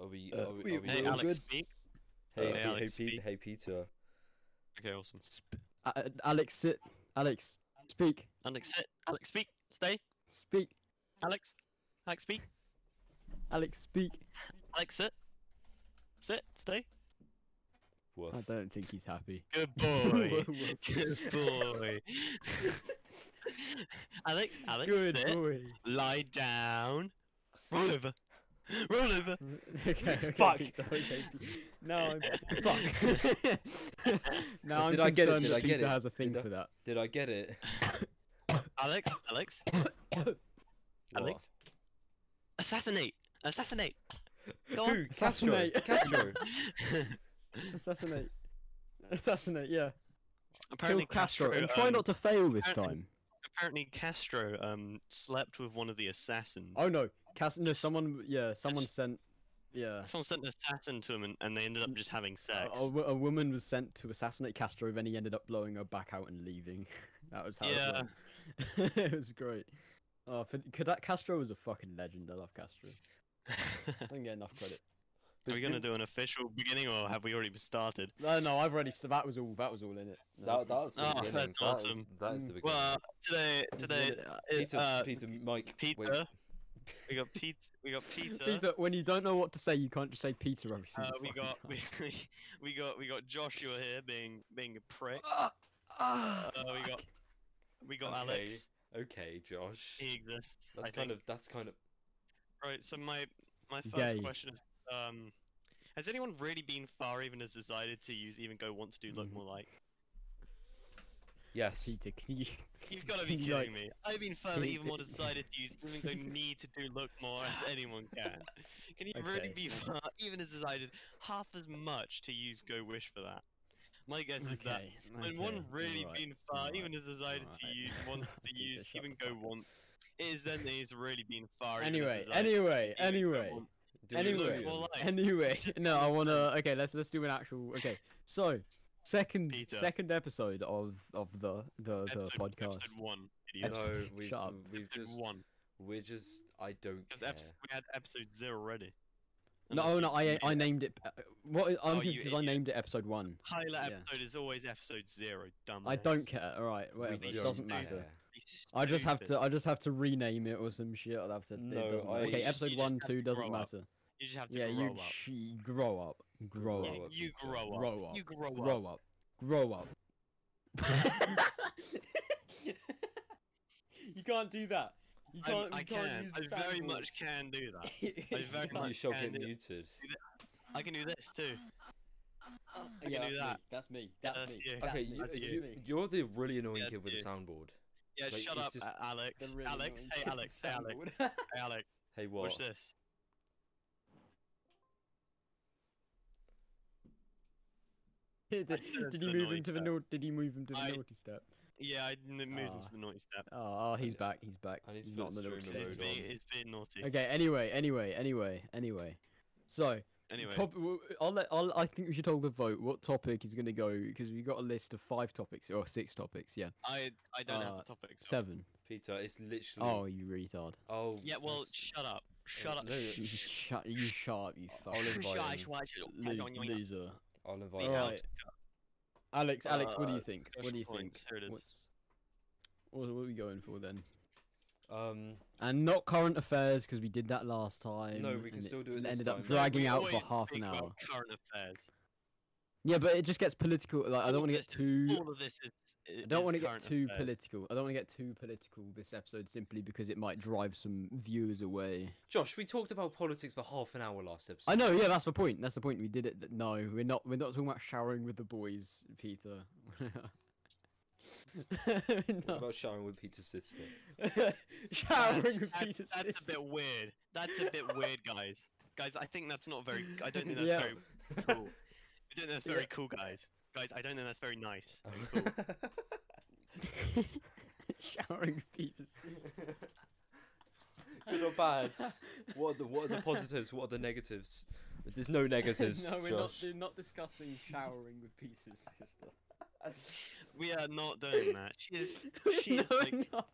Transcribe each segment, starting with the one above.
Uh, we, are we Hey, Hey, doing Alex, good? speak. Hey, Hey, hey, Alex, hey, Pete, speak. hey, Peter. Okay, awesome. A- Alex, sit. Alex, speak. Alex, sit. Alex, speak. Stay. Speak. Alex. Alex, speak. Alex, speak. Alex, sit. Sit. Stay. Woof. I don't think he's happy. Good boy. Woof. Good boy. Alex, Alex, Good sit. boy. Lie down. Roll over. Roll over. okay, okay, Fuck. Peter, okay, Peter. Now I'm fuck. now I'm Did I get it? concerned Did that I get Peter it? has a thing Did I- for that. Did I get it? Alex, Alex, Alex. Assassinate. Assassinate. Go What? on. Who? Castro. Assassinate. Castro. Assassinate. Assassinate. Yeah. apparently Kill Castro, and try um, not to fail this apparently- time. apparently Castro um slept with one of the assassins. Oh no, Cas- No, someone. Yeah, someone Just- sent. Yeah. Someone sent an assassin to him, and, and they ended up just having A, sex. a Oh, wo- a woman was sent to assassinate Castro, then he ended up blowing her back out and leaving. that was how Yeah. it went. it was great. Oh, for, could that Castro was a fucking legend. I love Castro. I oh. Are don't get enough credit. we gonna do an official beginning, or have we already started? No, no, I've already. So that was all. That was all in it. That, that's the Oh, beginning. that's That is- awesome. that is the beginning. Well, today, today, uh, Peter, uh, Peter, Mike, wait. Peter. We got Pete. We got Peter. Peter, when you don't know what to say, you can't just say Peter every Uh, single we fucking got time. we, we, we got we got Joshua here being being a prick. Ah, ah, Uh, we got fuck. we got Okay. Alex. Okay, Josh. He exists. That's I kind think. of. That's kind of. right. So my my first Gay. question is, um, has anyone really been far even has decided to use even go want to do look Mm. Mhm. more like? Yes. Peter, can you? You've got to be Like- kidding me. I've been far Pete- even more decided to use even go need to do look more as anyone can. Can you really Okay. be far even has decided half as much to use go wish for that? My guess is that Okay, When okay, one really alright, been far, alright, even has decided to alright. use, wants to Peter, use, shut even the go fuck up. want, it is then that he's really been far. Anyway, even anyway, Even anyway, want- Did you Anyway. look more like- anyway. Just No, I wanna. Okay, let's let's do an actual. Okay, so second Peter. second episode of of the the the episode, podcast. Episode one, idiot. Episode- No, we've, Shut up. we've Episode just. one, We're just. I don't because care. we had episode zero already. No, Unless no, you- I I named it. uh, What I'm Oh, you because I idiot. named it episode one. Highlight yeah. episode is always episode zero. Dumb. I don't care. All right, We whatever. It just doesn't do matter. care. I just have to. I just have to rename it or some shit. I'll have to. No, it doesn't I- matter. You okay, just- episode you just one, have two to doesn't grow up. matter. You just have to Yeah, grow you up. sh- grow up, grow Yeah, up, up, you Peter. grow up. Grow up. You grow up. grow up, grow up. you can't do that. You I'm- can't. I you can't can. use I the very soundboard. much can do that. I very You much shall get can do that. muted. I can do this too. Yeah, do that's that. Me. That's me. That's, That's me. you. That's Okay, me. you, That's That's you, me. you're the really annoying Yeah, kid with the you. soundboard. Yeah, Like, shut it's up, just- uh, Alex. The really Alex, annoying hey kid with Alex, the hey Alex, soundboard. hey Alex. Hey, what? Watch this. did, I said did it's he the move naughty him to the step. naughty? Did he move him to the I- naughty step? Yeah, I n- moved Ah. into the naughty step. Oh, oh, he's I- back. He's back. I need to he's put not in the the naughty stream Because it's step. mode being, on. it's being naughty. Okay. Anyway. Anyway. Anyway. Anyway. So. Anyway, Top, w- I'll let, I'll, I think we should hold the vote. What topic is going to go? Because we got a list of five topics or six topics. Yeah, I I don't have uh, the topics. up. seven. Peter, it's literally. Oh, you retard! Oh. Yeah, well, that's- shut up. Shut up. no, Shh. Uh, You shut, you sharp, you I'll fucking invite Shy, him. shy, shy. lo- loser. I'll invite Be him. Alright, out. Alex, Alex, what do Uh, you think? What do discussion you think? points, here it is. What's, what, what are we going for then? Um, And not current affairs because we did that last time. No, we can and still do it and this Ended time. up No, dragging We out for always half an speak about hour. Current affairs. Yeah, but it just gets political. Like I All don't want to of get this is- too All of this is. I don't want to get too political. I don't want to get too political this episode simply because it might drive some viewers away. Josh, we talked about politics for half an hour last episode. I know, yeah, that's the point. That's the point. We did it. th- No, we're not. We're not talking about showering with the boys, Peter. What no. about showering with Peter's sister? showering That's, with that's- Peter's that's a sister. bit weird. That's a bit weird, guys. Guys, I think that's not very. I don't think that's Yeah. very cool. I don't think that's very Yeah. cool, guys. Guys, I don't think that's very nice. showering with Peter's sister. Good or bad? What are the what are the positives? What are the negatives? There's no negatives, no, we're not. Josh. We're not discussing showering with Peter's sister. We are not doing that. She is. She no, is like. we're not.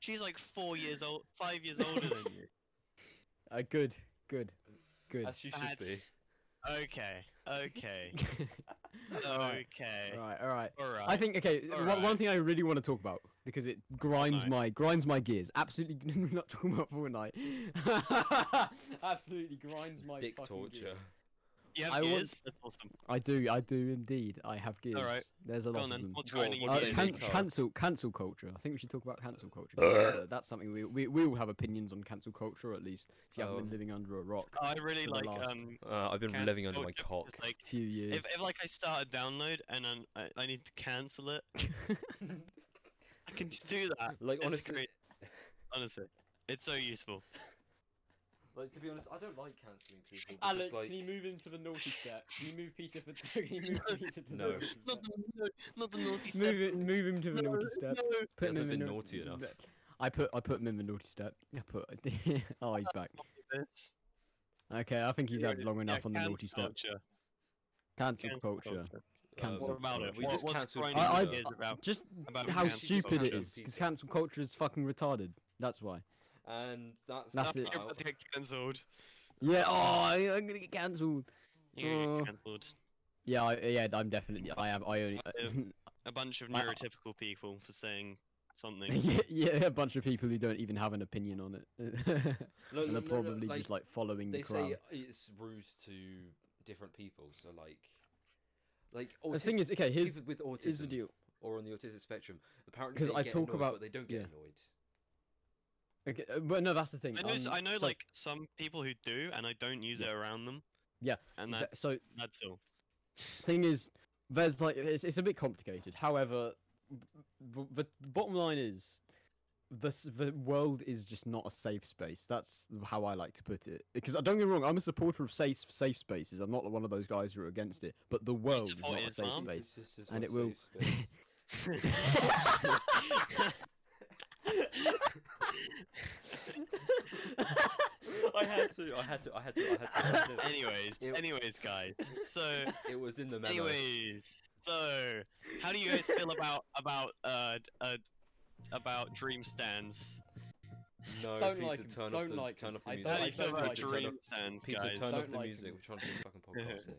She's like four years old, five years older than you. Uh, good, good, good. As you should be. That's Okay. Okay. Alright, okay. Right, all right. All right. I think okay. All One, one right. thing I really want to talk about because it grinds no. my grinds my gears. Absolutely not talking about Fortnite. Absolutely grinds my Dick fucking gears. torture. you have I want- gears. That's awesome. I do, I do indeed. I have gears. right. There's a Go on lot of then. them. What's Well, grinding your what Uh, is gears? can- it called? cancel, cancel culture. I think we should talk about cancel culture. 'cause, uh, that's something we, we we all have opinions on cancel culture, at least if you Oh. haven't been living under a rock I really for the like last um. Uh, I've been cancel living under my culture, cock. 'cause, Like, a few years. if, if like I start a download and then I, I need to cancel it, I can just do that. Like It's honestly, great. honestly, it's so useful. like to be honest, I don't like cancelling people. Alex, because, like, can you move into the naughty step? Can you move Peter for? Can you move Peter to No. the naughty step? Not the, no, not the naughty step. Move it, move him to the naughty No, step. no. hasn't him in been the- naughty enough. the- I put I put him in the naughty step. I put. oh, he's back. This. Okay, I think he's Here had it is. long Yeah, enough on the cancel naughty step. culture, Cancel, cancel culture. culture. um, Cancel What about culture. it? We What- just what's cancelled grinding I- your I- gears about? Just about how cancel stupid it culture. is. Because Cancel cancel culture is fucking retarded. That's why. And that's That's now- it. You're about to get cancelled. Yeah. Oh, I, I'm gonna get cancelled. You're gonna Oh. get cancelled. Yeah. I, yeah. I'm definitely. I have. I only. Um, A bunch of Wow. neurotypical people for saying something. yeah, yeah. A bunch of people who don't even have an opinion on it. No, and no, no, no, are probably like, just like following they the crowd. say it's rude to different people. So like, like autistic, the thing is, okay. Here's people with autism here's the deal. or on the autistic spectrum, apparently 'Cause they I get talk annoyed, about- but they don't get yeah. annoyed. Okay, uh, but no, that's the thing. I know, s um, I know so- like some people who do, and I don't use Yeah. it around them. Yeah, and exa- that's so that's all. thing is, there's like it's, it's a bit complicated. However, b- b- the bottom line is the s- the world is just not a safe space. That's how I like to put it. Because uh, don't get me wrong, I'm a supporter of safe safe spaces. I'm not one of those guys who are against it. But the world is support not a safe Islam? space. This is and what it will- safe space. I had to. I had to. I had to. I had to. I had to. anyways, It- anyways, guys. So, It was in the memo. anyways, so how do you guys feel about about uh d- uh about dream stands? No, Don't Peter, like him, turn off don't the like turn him. off the I music. How don't do you like feel them, about Peter, turn dream off- stands, Peter, guys? turn Don't off the like music. him. We're trying to do a fucking podcast here.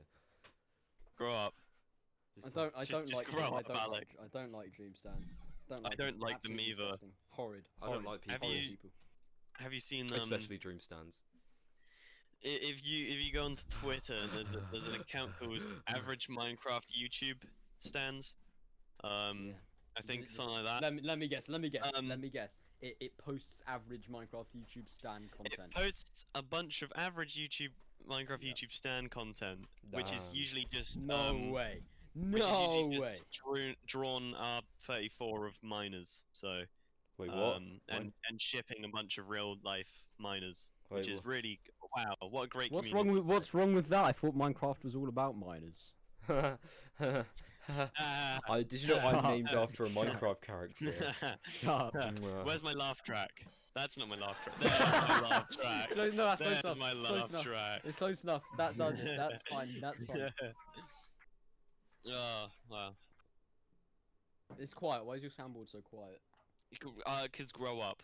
Grow up. Just I turn- don't. I Just- don't just like. grow them, I up, don't Alex. like. I don't like dream stands. Don't like don't like them Absolutely either. disgusting. Horrid. I don't horrid, like people. horrid Have you- people. Have you seen um, Especially dream stands. i- if you if you go onto Twitter, there's, a, there's an account called Average Minecraft YouTube Stands. Um, Yeah. I Is think it just- something like that. Let me let me guess. Let me guess. Uh, Um, let me guess. It, it posts average Minecraft YouTube stand It content. posts a bunch of average YouTube Minecraft Yeah. YouTube stand content, which is Damn. usually just no um, way. Which is No usually way. just drawn, drawn up 34 of miners, so Wait, what? um, and and shipping a bunch of real life miners, Wait, which is what? really wow, what a great What's wrong community. with What's wrong with that? I thought Minecraft was all about miners. Ah. I did you know I'm Uh, named after a shut up. Minecraft character? Shut up. Mm, uh, Where's my laugh track? That's not my laugh track. There's my laugh track. no, no, that's There's close enough. my close laugh enough. track. It's close enough. That does it. That's fine. That's fine. Yeah. Oh wow. It's quiet. Why is your soundboard so quiet? Uh, cause grow up.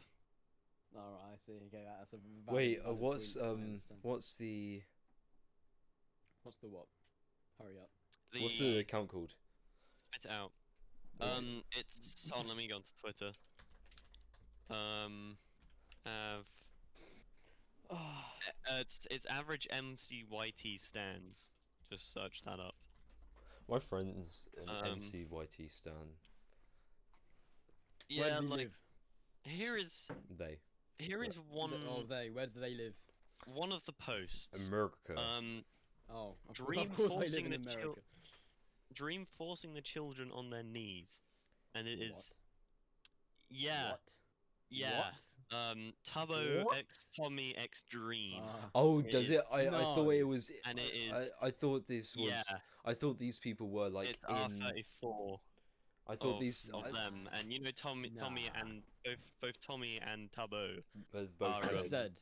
All right, I see. Okay, that's a valid, Wait, uh, valid what's point, I um, understand. what's the what's the what? Hurry up. The... what's the account called? Spit it out. Wait. Um, it's hold on. Let me go onto Twitter. Um, have uh, it's it's average MCYT stands. Just search that up. My friend's an Um, MCYT stan. Where Yeah, do you like live? here is They here Where- is one Oh, they. Where do they live? one of the posts. America. Um, Oh, of course- Dream of course they forcing live in the chil- America. dream forcing the children on their knees, and it is What? yeah What? yeah um Tabo What? X Tommy X Dream. Ah. oh, it does is- it? I, I thought it No. was. And it I- is- I, I thought this was. yeah, I thought these people were like. it's R in, thirty four. I thought of these. I, them, and you know Tommy, Tommy, Nah. and both both Tommy and Tabo both- both are, They've Alright. sides. said,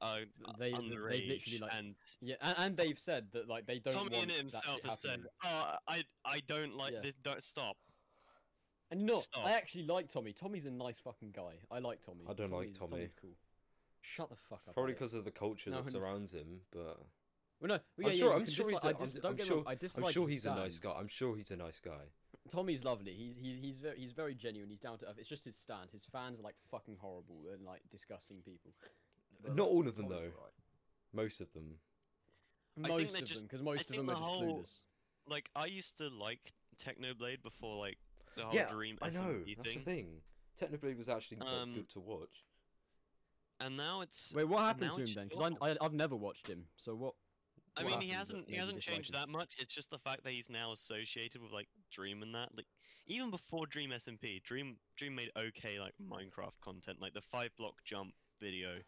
are They- they- they've Uh, underage, literally, like, and yeah, and, and they've said that like they don't. Tommy want in that himself shit has said, happening. "Oh, I I don't like Yeah. this. Don't stop." and you know, what? stop. I actually like Tommy. Tommy's a nice fucking guy. I like Tommy. I don't like Tommy's- Tommy. Tommy's cool. Shut the fuck up. Probably Alex. because of the culture No, that and- surrounds him, but Well, no, well, yeah, yeah, sure- you I'm can sure he's dislike- a- I dis- I'm- don't I'm get me sure- wrong, I I'm dislike sure his he's a nice stance. guy. I'm sure he's a nice guy. Tommy's lovely. He's he's he's very he's very genuine. He's down to earth. It's just his stand. His fans are like fucking horrible and like disgusting people. But, Uh, Not like, all of them, Tommy's though. alright. Most of them. I Most think of they're them, just- 'cause because most of think them the are just whole- clueless. Like I used to like Technoblade before like the whole Yeah, Dream I know. SMB That's thing, the thing. Technoblade was actually quite Um, good to watch. and now it's. Wait, what happened now to him it's then? just Because awful. I I've never watched him. So what? I what mean, he happened that hasn't made he you hasn't dislike changed him? that much. It's just the fact that he's now associated with like Dream and that. Like even before Dream SMP, Dream Dream made okay like Minecraft content, like the five block jump video,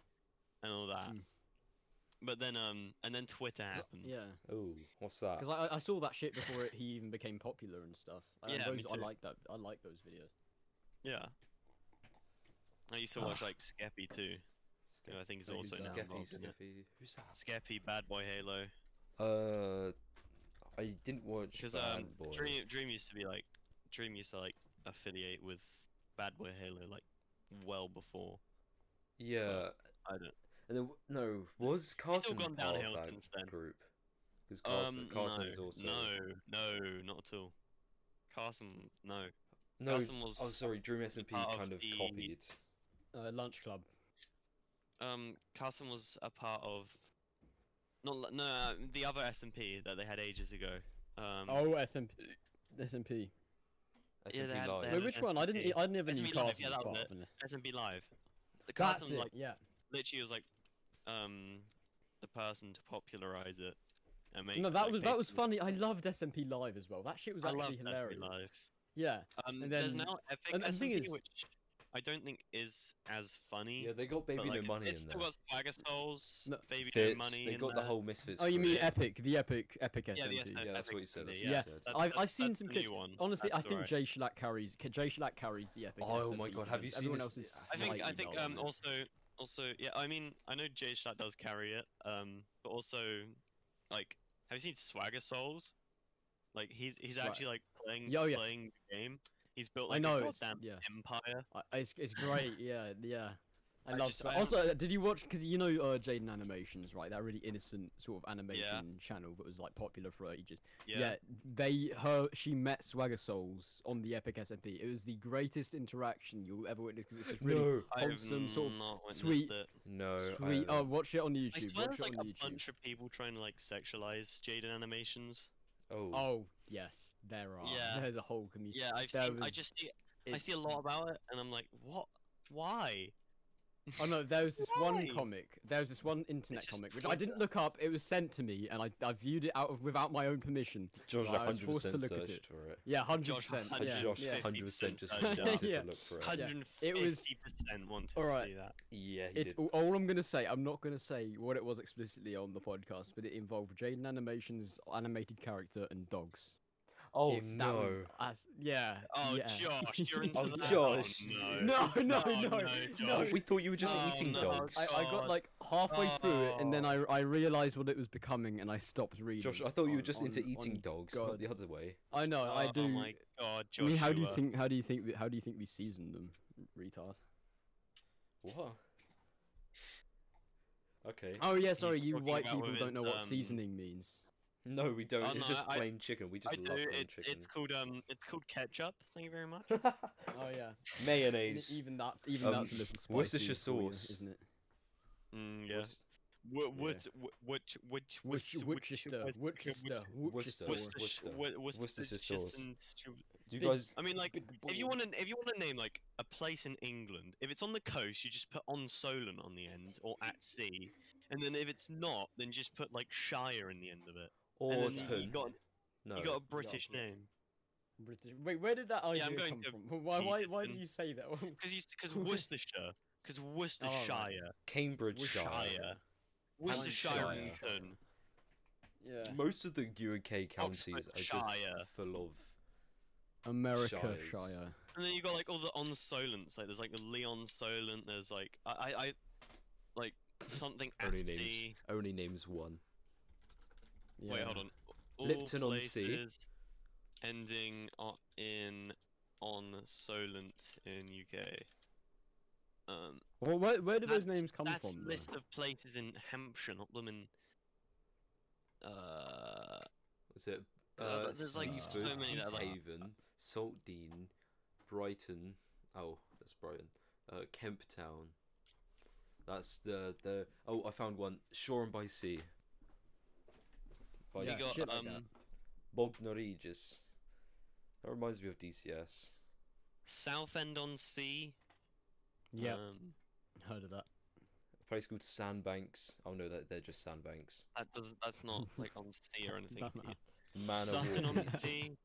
and all that. Mm. But then um and then Twitter happened. Yeah, Oh, what's that? because I I saw that shit before it, he even became popular and stuff. And Yeah, me those, I too. like that. I like those videos. Yeah. I used to watch like Skeppy too. Sca- Who I think is Like, also now Skeppy, involved in it. Skeppy. Who's that? Skeppy, Bad Boy Halo. Uh, I didn't watch. Because Bad um, Boy. Dream Dream used to be like Dream used to like affiliate with Bad Boy Halo like well before. Yeah, I don't. and then no, was Carson all gone part of downhill that since then. group? Because Carson, Um, Carson no, was also no, no, not at all. Carson, no. no. Carson was oh, sorry, Dream S and P part of kind of the- copied. Uh, Lunch Club. um Carson was a part of not li- no uh, the other SMP that they had ages ago. Um, Oh, SMP. SMP. S Yeah, and they P had- they Live. had Wait, an which one? I didn't. SMP. I never knew SMP Live, Carson yeah, was that was it. part of an- SMP Live. The That's Carson it. like Yeah. literally was like um the person to popularize it and make No, that like, was that was basically- funny. I loved SMP Live as well. That shit was I actually love hilarious. SMP Live. Yeah. Um, And there's then- now Epic and- and the thing SMP, is- which I don't think is as funny. Yeah, they got but, Baby like, No Money it's in still there. got Swagger Souls, No, Baby Fits, No Money. They in got the there. whole Misfits. Oh, you mean group. Epic? The Epic, Epic SMP. Yeah, the Yeah, that's what you said. That's SMP, what yeah. you said. That- I've, I've that's- seen that's some the clips. new one. Honestly, That's I think alright. Jay Schlack carries ca- Jay Schlack carries the epic. Oh SMP my god, defense. have you seen Everyone this- else is I think I slightly think dull um on it. also also yeah I mean I know Jay Schlatt does carry it um but also like have you seen Swagger Souls? Like he's he's Right. actually like playing Yeah, oh, yeah. playing the game. He's built I like um, know, a it's- goddamn yeah. empire. I- it's it's great. Yeah, yeah. I, I love. just- Swa- I also, uh, did you watch? Because you know uh, Jaden Animations, right? That really innocent sort of animation channel that was like popular for ages. Yeah. They her she met Swagger Souls on the Epic SMP. It was the greatest interaction you'll ever witness. 'cause it's just really No, I've wholesome sort of not witnessed sweet- it. no. sweet. I, Oh, watch it on I swear YouTube. Watch there's it like on a YouTube. bunch of people trying to like sexualize Jaden animations. oh, Oh yes, there are. Yeah. There's a whole community. Yeah, I've There seen. I was- just see. I see a lot about it, and I'm like, what? Why? Oh no, there was this Why? one comic. There was this one internet just comic which I didn't Twitter. look up. It was sent to me, and I, I viewed it out of without my own permission. Josh, Right, I was hundred forced to percent look at searched it. for it. Yeah, hundred Josh, percent. hundred- Yeah, Josh, yeah. hundred percent just 50% went down Yeah. to look for it. Hundred It was- fifty percent wanted to Alright. see that. Yeah, he It's did. all, all I'm gonna say. I'm not gonna say what it was explicitly on the podcast, but it involved Jaden Animation's animated character and dogs. Oh It- that no. was as- yeah. Oh, yeah. Josh, you're into Oh, that. Josh. Oh, No, no, Oh, no, no. Josh. We thought you were just Oh, eating no. dogs. I, I got God. like halfway through it, and then I Oh. I realized what it was becoming, and I stopped reading. Josh, I thought you were on- just into on- eating on- dogs, not God. the other way. I know. I Oh, do. my God, I Joshua. mean, how do you think? How do you think? We, how do you think we seasoned them, retard? What? Oh. Okay. Oh yeah, He's sorry. You talking white about people with don't know what um, seasoning means. No, we don't. Oh, it's no, just I- plain chicken. We just I love do. plain It, chicken. it's called um, it's called ketchup. Thank you very much. Oh yeah. And Mayonnaise. even that's even Um, that's a little spicy. Worcestershire for you, sauce. isn't it? Mm, yeah. Was- What? yeah. What? What? What? Worcester, Worcester, Worcester, Worcester. Worcester. Worcestershire, Worcester. Wor- Worcestershire sauce. Worcestershire- Do you Big- guys? I mean, like, if you Ball. want to, if you want to name like a place in England, if it's on the coast, you just put on Solent on the end or at sea, and then if it's not, then just put like Shire in the end of it. and then you- you Orton. got No. you got a British British. name British. Wait, where did that idea I'm going come to from? Why, why, why did Peterton. you say that? because you because Worcestershire because Worcestershire Cambridgeshire. Shire. Worcestershire Worcestershire. and Luton. Yeah. Most of the UK counties are Oxfordshire. just full of. America Shires. Shire. and then you got like all the on Solents. Like there's like the Leon Solent. There's like I I, I like something at Only names. sea. Only names one. Yeah. Wait, hold on. All Lipton on sea. places Ending o- in on Solent in UK. Um, Well, where, where do those that's- names come that's from? though? list of places in Hampshire, not them in looked at Uh, uh, but there's, like, so Seaford, many that are like- Haven, Salt Dean, Brighton. Oh, that's Brighton. Uh, Kemp Town. That's the the. Oh, I found one. Shoreham by Sea. By You got, shit like um, that. Bognor Aegis. That reminds me of DCS. Southend on Sea. yeah, Um, heard of that. A place called Sandbanks. Oh no, that they're just sandbanks. that does that's not like on sea or anything. Don't yeah. Man of Sutton War. on sea.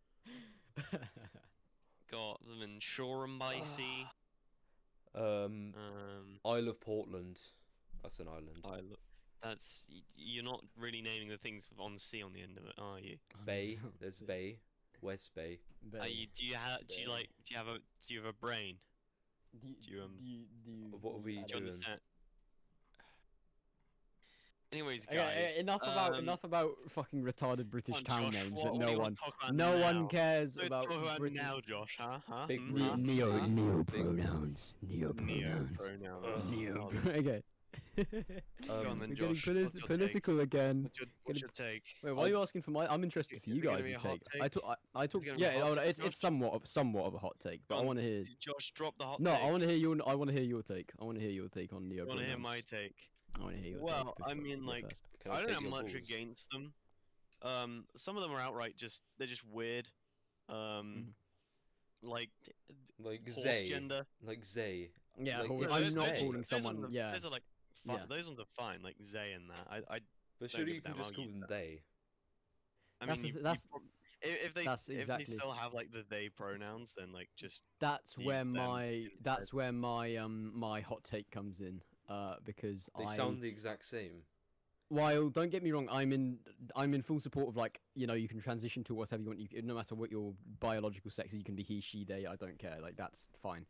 Got them in Shoreham by Ah. sea. Um, Um, Isle of Portland. That's an island. I look. That's y- you're not really naming the things with on sea on the end of it, are you? Bay. There's Bay. West Bay. Are you do you have do you Bay. like do you have a do you have a brain? Do you, do you, um, do you, do you, what are we Do you I don't- doing? understand? Anyways, Okay, uh, guys. enough about um, enough about fucking retarded British on, town Josh, names what that do no we one, talk about no one now? cares Don't about. talk about Britain. now, Josh, huh? huh? Big Hmm, Ne- Roots, huh? neo huh? neo Big Roots. pronouns. Neo Neo pronouns. pronouns. Neo. Oh, pro- okay. Um, on We're then, getting Josh, politi- what's your take? political again. What's your, what's your take? Wait, why are you asking for my? I'm interested it- for you is it gonna guys' be take. a hot I take? talk. I, I talk. gonna be a Yeah, hot oh, no, take, it's it's Josh? somewhat of somewhat of a hot take, but I John, want to hear. Josh, drop the hot No, take. I want to hear you. I want to hear your take. I want to hear your take on neo You wanna pronouns. hear my take? I want to hear your take. Well, I before- mean, go like, first. Can I, don't take have your much balls? against them. Um, some of them are outright just they're just weird. Um, Mm-hmm. like t- Like horse Zay. gender. Like Zay. yeah, like, whole- it's I'm just not Zay. calling those ones someone. are- Yeah, those are like fine. Yeah. Those ones are fine, like Zay and that. I, I, But Don't surely give you a can damn, just I'll call use them that. they. I That's mean, the you- th- you that's- prob- if, if they that's if exactly- they still have like the they pronouns, then like just that's use where them my instead. that's where my um my hot take comes in. Uh, because They I sound the exact same. while don't get me wrong, I'm in I'm in full support of like you know you can transition to whatever you want. You c- no matter what your biological sex is, you can be he, she, they. I don't care. Like that's fine.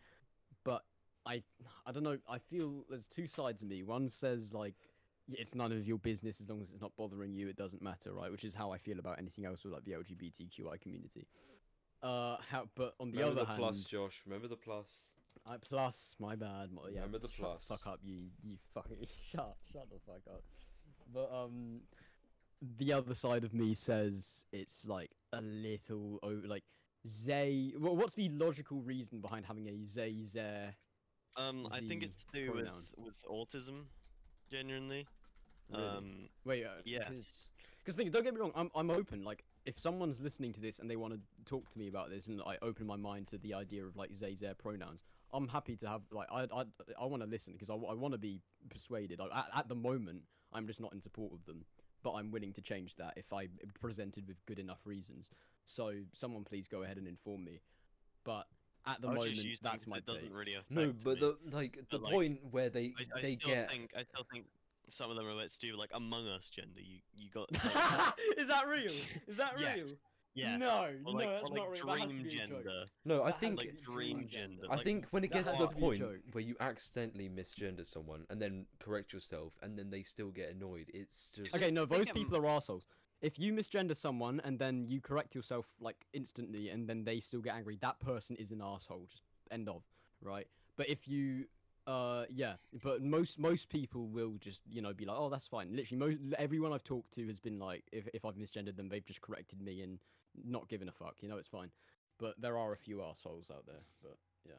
But I I don't know. I feel there's two sides of me. One says like y- it's none of your business as long as it's not bothering you. It doesn't matter, right? Which is how I feel about anything else with like the LGBTQI community. Uh, how, but on the Remember other the hand, plus, Josh. Remember the plus. I plus my bad. My, yeah, Remember the shut The plus. fuck up, you you fucking shut shut the fuck up. But um, the other side of me says it's like a little over like Zay. Well, what's the logical reason behind having a Zay Zay? um. I think the it's to do with pronoun. with autism, genuinely. Um, Wait, uh, Yes. Because thing, don't get me wrong, I'm I'm open. Like, if someone's listening to this and they want to talk to me about this, and I open my mind to the idea of like Zay Zay pronouns, I'm happy to have like I I I want to listen because I, want to be persuaded. I, at, at the moment, I'm just not in support of them, but I'm willing to change that if I am presented with good enough reasons. So someone please go ahead and inform me. But at the I would moment, just use that's things my that doesn't take. really affect No, but me. the like the like, point where they I, I they still get think I still think some of them are let's do like Among Us gender. You you got Is that real? Is that Yes. real? yeah. No, Or like, no, or that's like not real. That has to dream be a joke. gender. no. I That has think to be like a dream joke. gender. I like, think when it That gets has to the to be a point joke. where you accidentally misgender someone and then correct yourself and then they still get annoyed, it's just Okay, no, They those get people are assholes. If you misgender someone and then you correct yourself like instantly and then they still get angry, that person is an asshole. Just end of, right? But if you, uh, yeah, but most most people will just you know be like, oh, that's fine. Literally, most everyone I've talked to has been like, if if I've misgendered them, they've just corrected me and not given a fuck. You know, it's fine. But there are a few assholes out there. But yeah.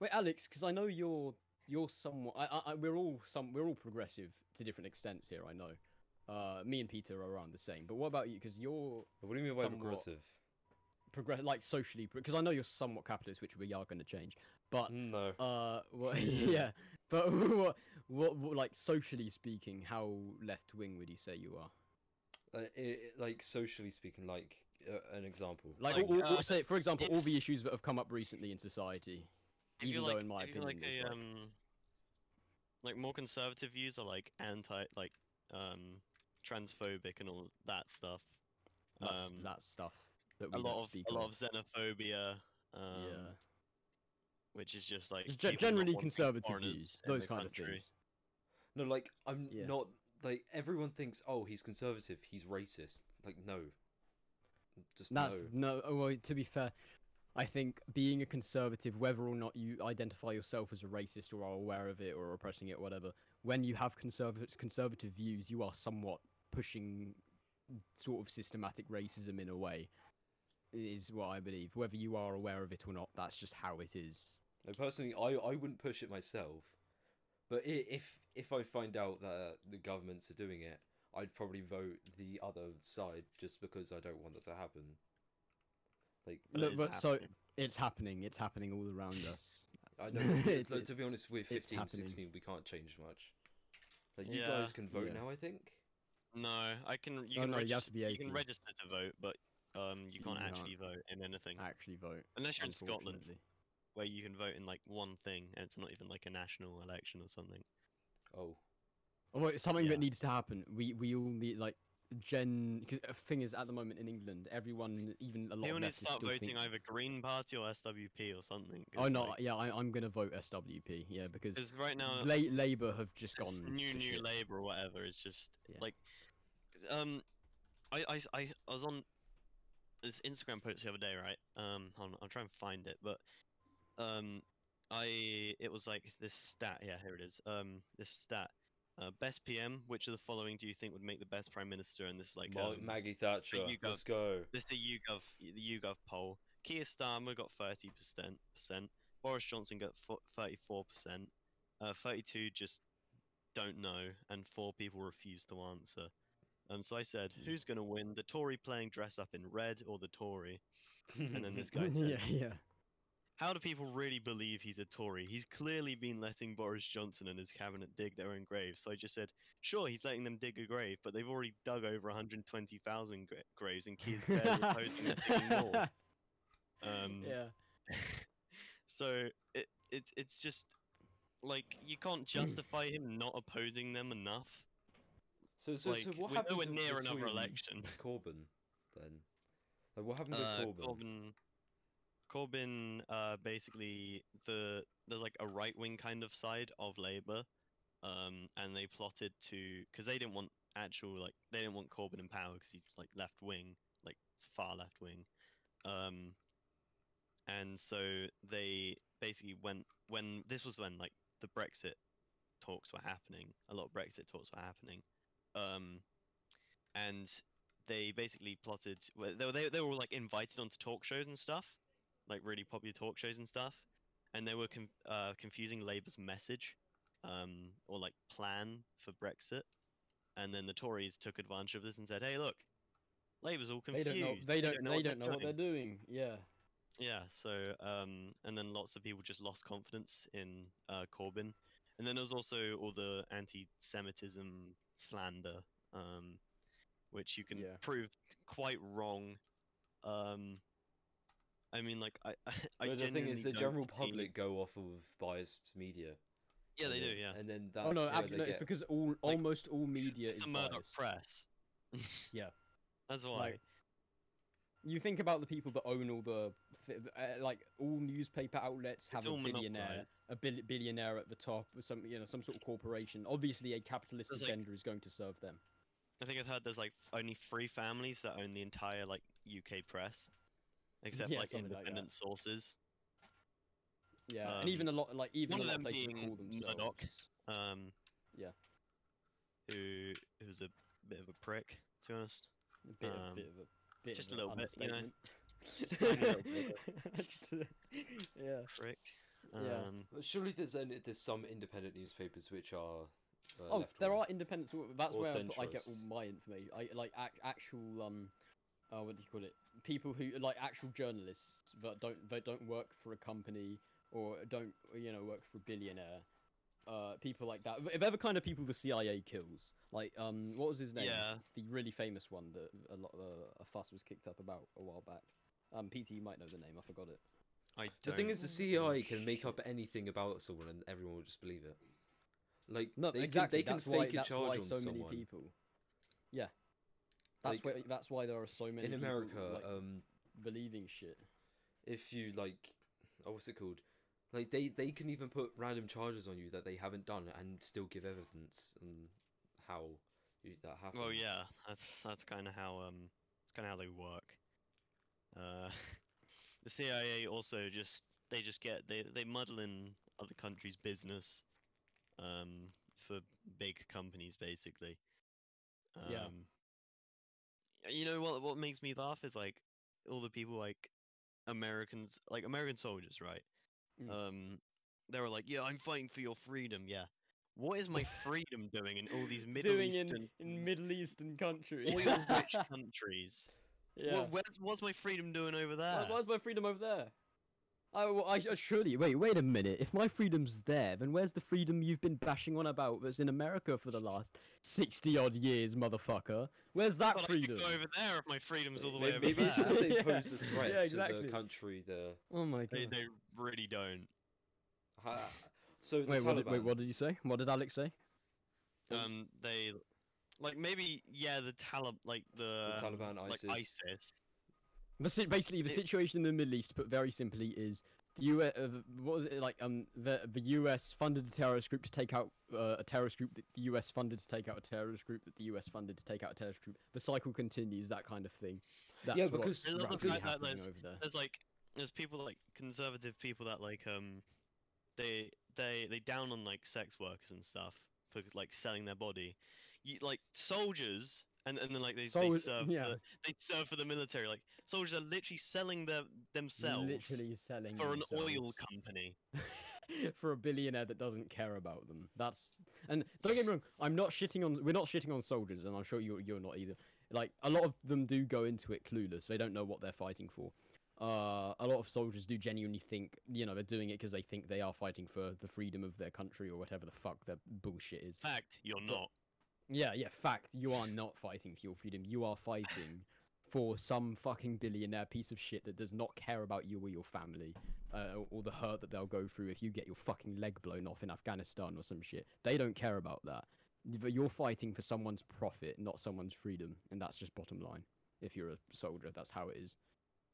Wait, Alex, because I know you're you're somewhat. I, I, I, we're all some. We're all progressive to different extents here. I know. Uh, me and Peter are around the same. But what about you? Because you're what do you mean by somewhat- progressive? progress, like socially. Because I know you're somewhat capitalist, which we are going to change. But Mm. No. uh, what, yeah. But what, what, what, like socially speaking, how left wing would you say you are? Uh, i i- like socially speaking, like uh, an example. Like, Like, all, all- all- uh, say, for example, all if- the issues that have come up recently in society. if you're even though like- in my if you're like opinion, a, it's like- um, like more conservative views are like anti like um transphobic and all that stuff. That's, um, that stuff. a That we don't lot of speak a on. lot of xenophobia. Um, yeah. Which is just like Just ge- people not generally wanting conservative foreigners views, in those the kind of country. things. No, like I'm Yeah. not like everyone thinks. Oh, he's conservative. He's racist. Like no, just That's no. no. oh, Well, to be fair, I think being a conservative, whether or not you identify yourself as a racist or are aware of it or oppressing it, or whatever, when you have conservative conservative views, you are somewhat pushing sort of systematic racism in a way is what I believe. Whether you are aware of it or not, that's just how it is. Now, personally, I, I wouldn't push it myself, but i- if if I find out that the governments are doing it, I'd probably vote the other side just because I don't want that to happen. Like But Look, it is but so happening. it's happening. It's happening all around us. I know. It's- like, to be honest, we're it's 15, happening. 16, we can't change much. Like you Yeah. guys can vote Yeah. now, I think. No, I can. You Oh, can no, you have register, to be you can 18. register to vote, but um, you You can't actually vote in anything Actually, vote. unless you're in Scotland, unfortunately. where you can vote in like one thing, and it's not even like a national election or something. Oh, Although it's something Yeah. that needs to happen. We we all need like gen. Cause the thing is, at the moment in England, everyone, even a lot People of need to leftists start still voting think- either Green Party or SWP or something. Oh no, yeah, I, I'm gonna vote SWP. Yeah, because because right now La- Labour have just gone. this new to new shit. Labour or whatever is just Yeah. like, 'cause, um, I, I s- I- I was on this Instagram post the other day, right? Um, hold on, I'll try and find it, but um, I it was like this stat. Yeah, here it is. Um, this stat. Uh, best PM. Which of the following do you think would make the best prime minister? And this is like Ma- um, Maggie Thatcher. you go- Let's go. this is the YouGov the YouGov poll. Keir Starmer got thirty percent percent. Boris Johnson got thirty four percent. Uh, thirty two just don't know, and four people refuse to answer. Um, so I said, "Who's going to win? The Tory playing dress up in red or the Tory?" And then this guy said, yeah, yeah. "How do people really believe he's a Tory? He's clearly been letting Boris Johnson and his cabinet dig their own graves." So I just said, "Sure, he's letting them dig a grave, but they've already dug over one hundred twenty thousand gra- graves, and Keir's barely opposing them digging more." Um, yeah. so it, it it's just like you Hmm. can't justify him not opposing them enough. So, so, like so what we're happened? nowhere to- near another between election. Corbyn, then. Like, what happened with Uh, Corbyn? Corbyn, Corbyn, uh, basically the there's like a right wing kind of side of Labour, um, and they plotted to because they didn't want actual like they didn't want Corbyn in power because he's like left wing, like s- far left wing, um, and so they basically went when this was when like the Brexit talks were happening, a lot of Brexit talks were happening, um, and they basically plotted. well, They were, they, they were like invited onto talk shows and stuff, like really popular talk shows and stuff, and they were con uh, confusing Labour's message, um, or like plan for Brexit, and then the Tories took advantage of this and said, "Hey, look, Labour's all They confused. don't know. They don't. They what don't know what they're doing." doing. Yeah. Yeah. So, um, and then lots of people just lost confidence in uh, Corbyn, and then there was also all the anti-Semitism slander, um, which you can Yeah. prove quite wrong. Um, I mean, like I, I, I No, the thing genuinely is, the don't general see- public go off of biased media. Yeah, they and do. then- Yeah. And then that's oh no, where ab- they no, it's get- because all almost all It's- media it's is the Murdoch biased. press. Yeah. That's why. Like, you think about the people that own all the, th- uh, like all newspaper outlets have all a billionaire, monopolised. a bil- billionaire at the top, or some you know some sort of corporation. Obviously, a capitalist There's, like- agenda is going to serve them. I think I've heard there's like f- only three families that own the entire like UK press, except Yeah, like something like that. independent sources. Yeah, and even a lot like even um, one a of lot them places being call Murdoch. themselves. um Yeah. who who's a bit of a prick to be honest A bit, of- Um, bit of a bit just of a an little bit, you know, understatement. just a tiny little Just a- yeah. prick Yeah. um But Surely there's only, there's some independent newspapers which are. Uh, Oh, there left-wing. are independent. sort of- That's Or where I, I get all centrists. my information. I like ac- actual um, uh, what do you call it? People who like actual journalists that don't that don't work for a company or don't you know work for a billionaire. Uh, people like that. If ever kind of people the CIA kills, like um, what was his name? Yeah. The really famous one that a lot uh, a fuss was kicked up about a while back. Um, PT, you might know the name. I forgot it. i The don't Oh, thing is, the CI can make shit. up anything about someone, and everyone will just believe it. Like No, they exactly. can, they that's can why, fake a that's charge why on so someone. many people. Yeah. That's Like, why. That's why there are so many in people, America, like, um, believing shit. if you like, oh, what's it called? Like they they can even put random charges on you that they haven't done and still give evidence and how you- that happens. well yeah that's that's kind of how um it's kind of how they work uh the cia also just they just get they they muddle in other countries business um for big companies basically Um, Yeah. You know what? What makes me laugh is like all the people like Americans, like American soldiers, right? Mm. Um, they were like, "Yeah, I'm fighting for your freedom." Yeah. What is my freedom doing in all these Middle doing Eastern, in, in Middle Eastern countries. oil rich countries? yeah. What, where's, what's my freedom doing over there? Why, why's my freedom over there? Oh, well, I, I surely wait. Wait a minute. If my freedom's there, then where's the freedom you've been bashing on about that's in America for the last sixty odd years, motherfucker? Where's that But I could freedom? go over there if my freedom's all the way May- over Maybe it's there. because they Yeah. pose a threat Yeah, to exactly. the country. The Oh my god. They, they really don't. ha- so the Wait, what did, wait, Taliban- what did you say? What did Alex say? Um, Um, they like maybe yeah the Talib like the, The Taliban, um, like ISIS. ISIS. The, si- basically, the It- situation in the Middle East, put very simply, is the U.S. Uh, the- what was it like? Um, the the U.S. funded a terrorist group to take out uh, a terrorist group that the U.S. funded to take out a terrorist group that the U.S. funded to take out a terrorist group. The cycle continues, that kind of thing. That's yeah, what- because I love the because because fact that happening there's- over there. There's like there's people like conservative people that like um they they they down on like sex workers and stuff for like selling their body. You like soldiers and and then like they, they Soldiers- serve yeah. for, they serve for the military. Like soldiers are literally selling their themselves Literally selling for an oil themselves company. for a billionaire that doesn't care about them. That's and don't get me wrong. I'm not shitting on. We're not shitting on soldiers, and I'm sure you're you're not either. Like a lot of them do go into it clueless. They don't know what they're fighting for. Uh, a lot of soldiers do genuinely think you know they're doing it because they think they are fighting for the freedom of their country or whatever the fuck their bullshit is. Fact, you're But- not. Yeah, yeah, fact. You are not fighting for your freedom. You are fighting for some fucking billionaire piece of shit that does not care about you or your family uh, or- or the hurt that they'll go through if you get your fucking leg blown off in Afghanistan or some shit. They don't care about that. But you're fighting for someone's profit, not someone's freedom. And that's just bottom line. If you're a soldier, that's how it is.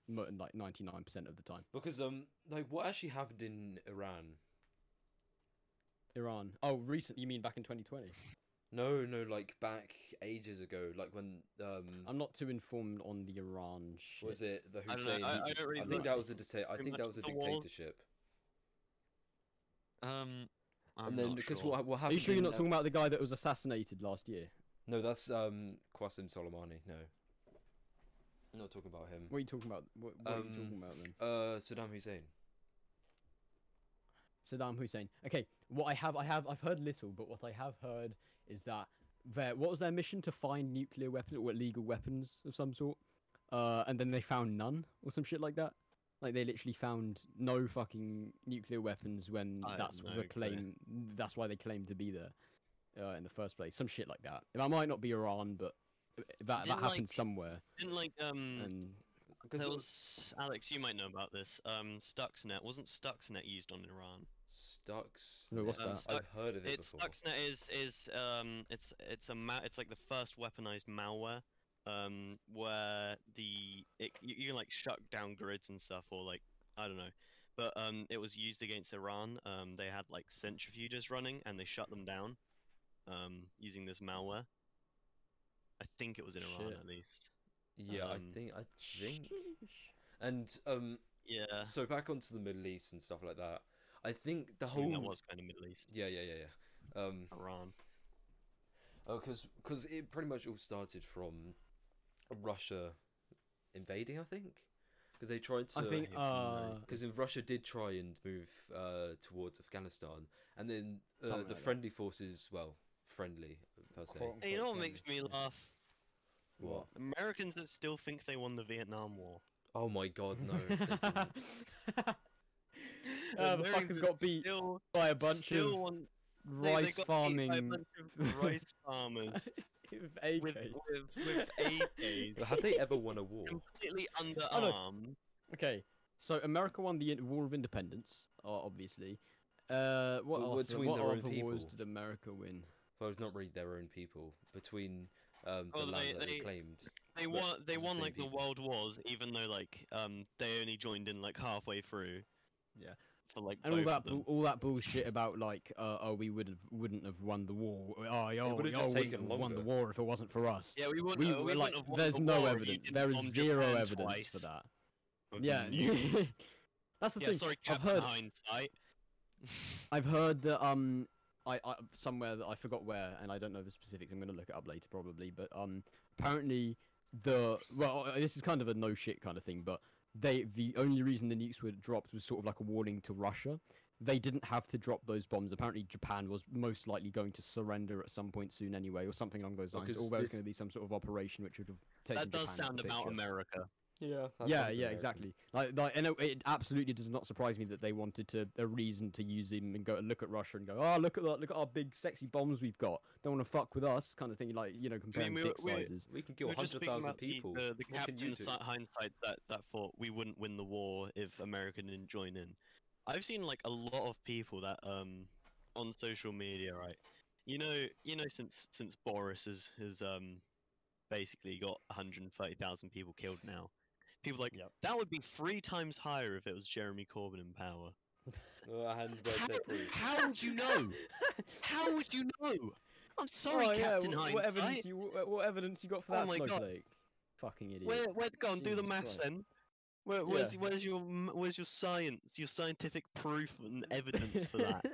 Mo- Like 99% of the time. because um like what actually happened in Iran? Iran. Oh, recent. You mean back in 2020? No, no, like back ages ago, like when um I'm not too informed on the Iran shit. was it the I don't know, Hussein? I- he- I don't really think know that was a dicta- I too think much that was a of the wall. dictatorship. Um, I'm and then not because sure. what what Are happened? you sure you're in, not uh, talking about the guy that was assassinated last year? No, that's um Qasim Soleimani. No, I'm not talking about him. What are you talking about? What, what are you Um, talking about then? Uh, Saddam Hussein. Saddam Hussein. Okay, what I have, I have, I've heard little, but what I have heard is that their what was their mission to find nuclear weapons or illegal weapons of some sort, uh, and then they found none or some shit like that. Like they literally found no fucking nuclear weapons when I have that's no the clue. claim. That's why they claim to be there uh, in the first place. Some shit like that. That might not be Iran, but uh, that that Didn't, happened like, somewhere. Didn't like um And Because there it was was Alex, you might know about this. Um, Stuxnet wasn't Stuxnet used on Iran. Stuxnet. No, what's I've that? heard of it It's before. Stuxnet is is um it's it's a ma- it's like the first weaponized malware um where the it, you, you can like shut down grids and stuff or like I don't know. But um, it was used against Iran. Um, they had like centrifuges running, and they shut them down, um, using this malware. I think it was in Iran, Shit. at least. Yeah, um, I think I think. And um, Yeah, so back onto the Middle East and stuff like that. I think the I mean, that whole. was kind of Middle East, Yeah, yeah, yeah, yeah. Um, Iran. because because it pretty much all started from Russia invading. I think because they tried to. I think yeah, uh, no. because Russia did try and move uh, towards Afghanistan, and then uh, Something the like that. friendly forces, well, friendly per se. Quote, Hey, you know what unquote, makes me laugh? What? Americans that still think they won the Vietnam War. Oh my God, no! they uh, didn't. the Americans fuckers that got beat Still, by a bunch still of won- they- they got rice beat by a farming bunch of rice farmers with with, AKs. with, with AKs. Have they ever won a war? Completely Oh, look. underarm. Okay, so America won the in- War of Independence, uh, obviously. Uh, what Well, else? between what their own other wars people. did America win? Well, it's not really their own people between um, the Well, land they- that they, they- claimed. They but won. They it's the won same like the people. world wars, even though like um they only joined in like halfway through. Yeah. For like And all both that, of them. bu- all that bullshit about like, uh, oh, we would have wouldn't have won the war. Oh, oh, y'all would've just y'all wouldn't taken have won the longer. war if it wasn't for us. yeah, we won. we uh, were wouldn't like, have won there's the no war if you evidence. didn't There is bomb zero Japan evidence twice for that. with Yeah, nukes. that's the yeah. thing. Sorry, I've Captain heard Hindsight. I've heard that um I, I somewhere that I forgot where, and I don't know the specifics. I'm gonna look it up later probably, but um, apparently the well, uh, this is kind of a no shit kind of thing, but they the only reason the nukes were dropped was sort of like a warning to Russia. They didn't have to drop those bombs. Apparently, Japan was most likely going to surrender at some point soon anyway, or something along those Oh, lines. 'cause or there was this- going to be some sort of operation which would have taken. That does Japan out sound of the about picture. America. Yeah. that Yeah, sounds yeah, American. exactly. Like, like, and it, it absolutely does not surprise me that they wanted to a reason to use him and go and look at Russia and go, oh, look at that, look at our big sexy bombs we've got. Don't want to fuck with us, kind of thing. Like, you know, comparing we dick were- we were- sizes. We can We kill were just hundred speaking thousand about the- people. The, the What can you captain's do? si- hindsight that, that thought we wouldn't win the war if America didn't join in. I've seen like a lot of people that um on social media, right? You know, you know, since since Boris has has um basically got 130,000 people killed now. People like Yep. that would be three times higher if it was Jeremy Corbyn in power. Oh, a hundred percent proof. How would you know? How would you know? I'm sorry, oh, Captain yeah, wh- what, Hindsight. evidence you, wh- what evidence you got for Oh that my God. snowflake? Fucking idiot. Where, where, go on, do the Jesus maths Christ. then. Where, where's, where's your m- where's your science, your scientific proof and evidence for that?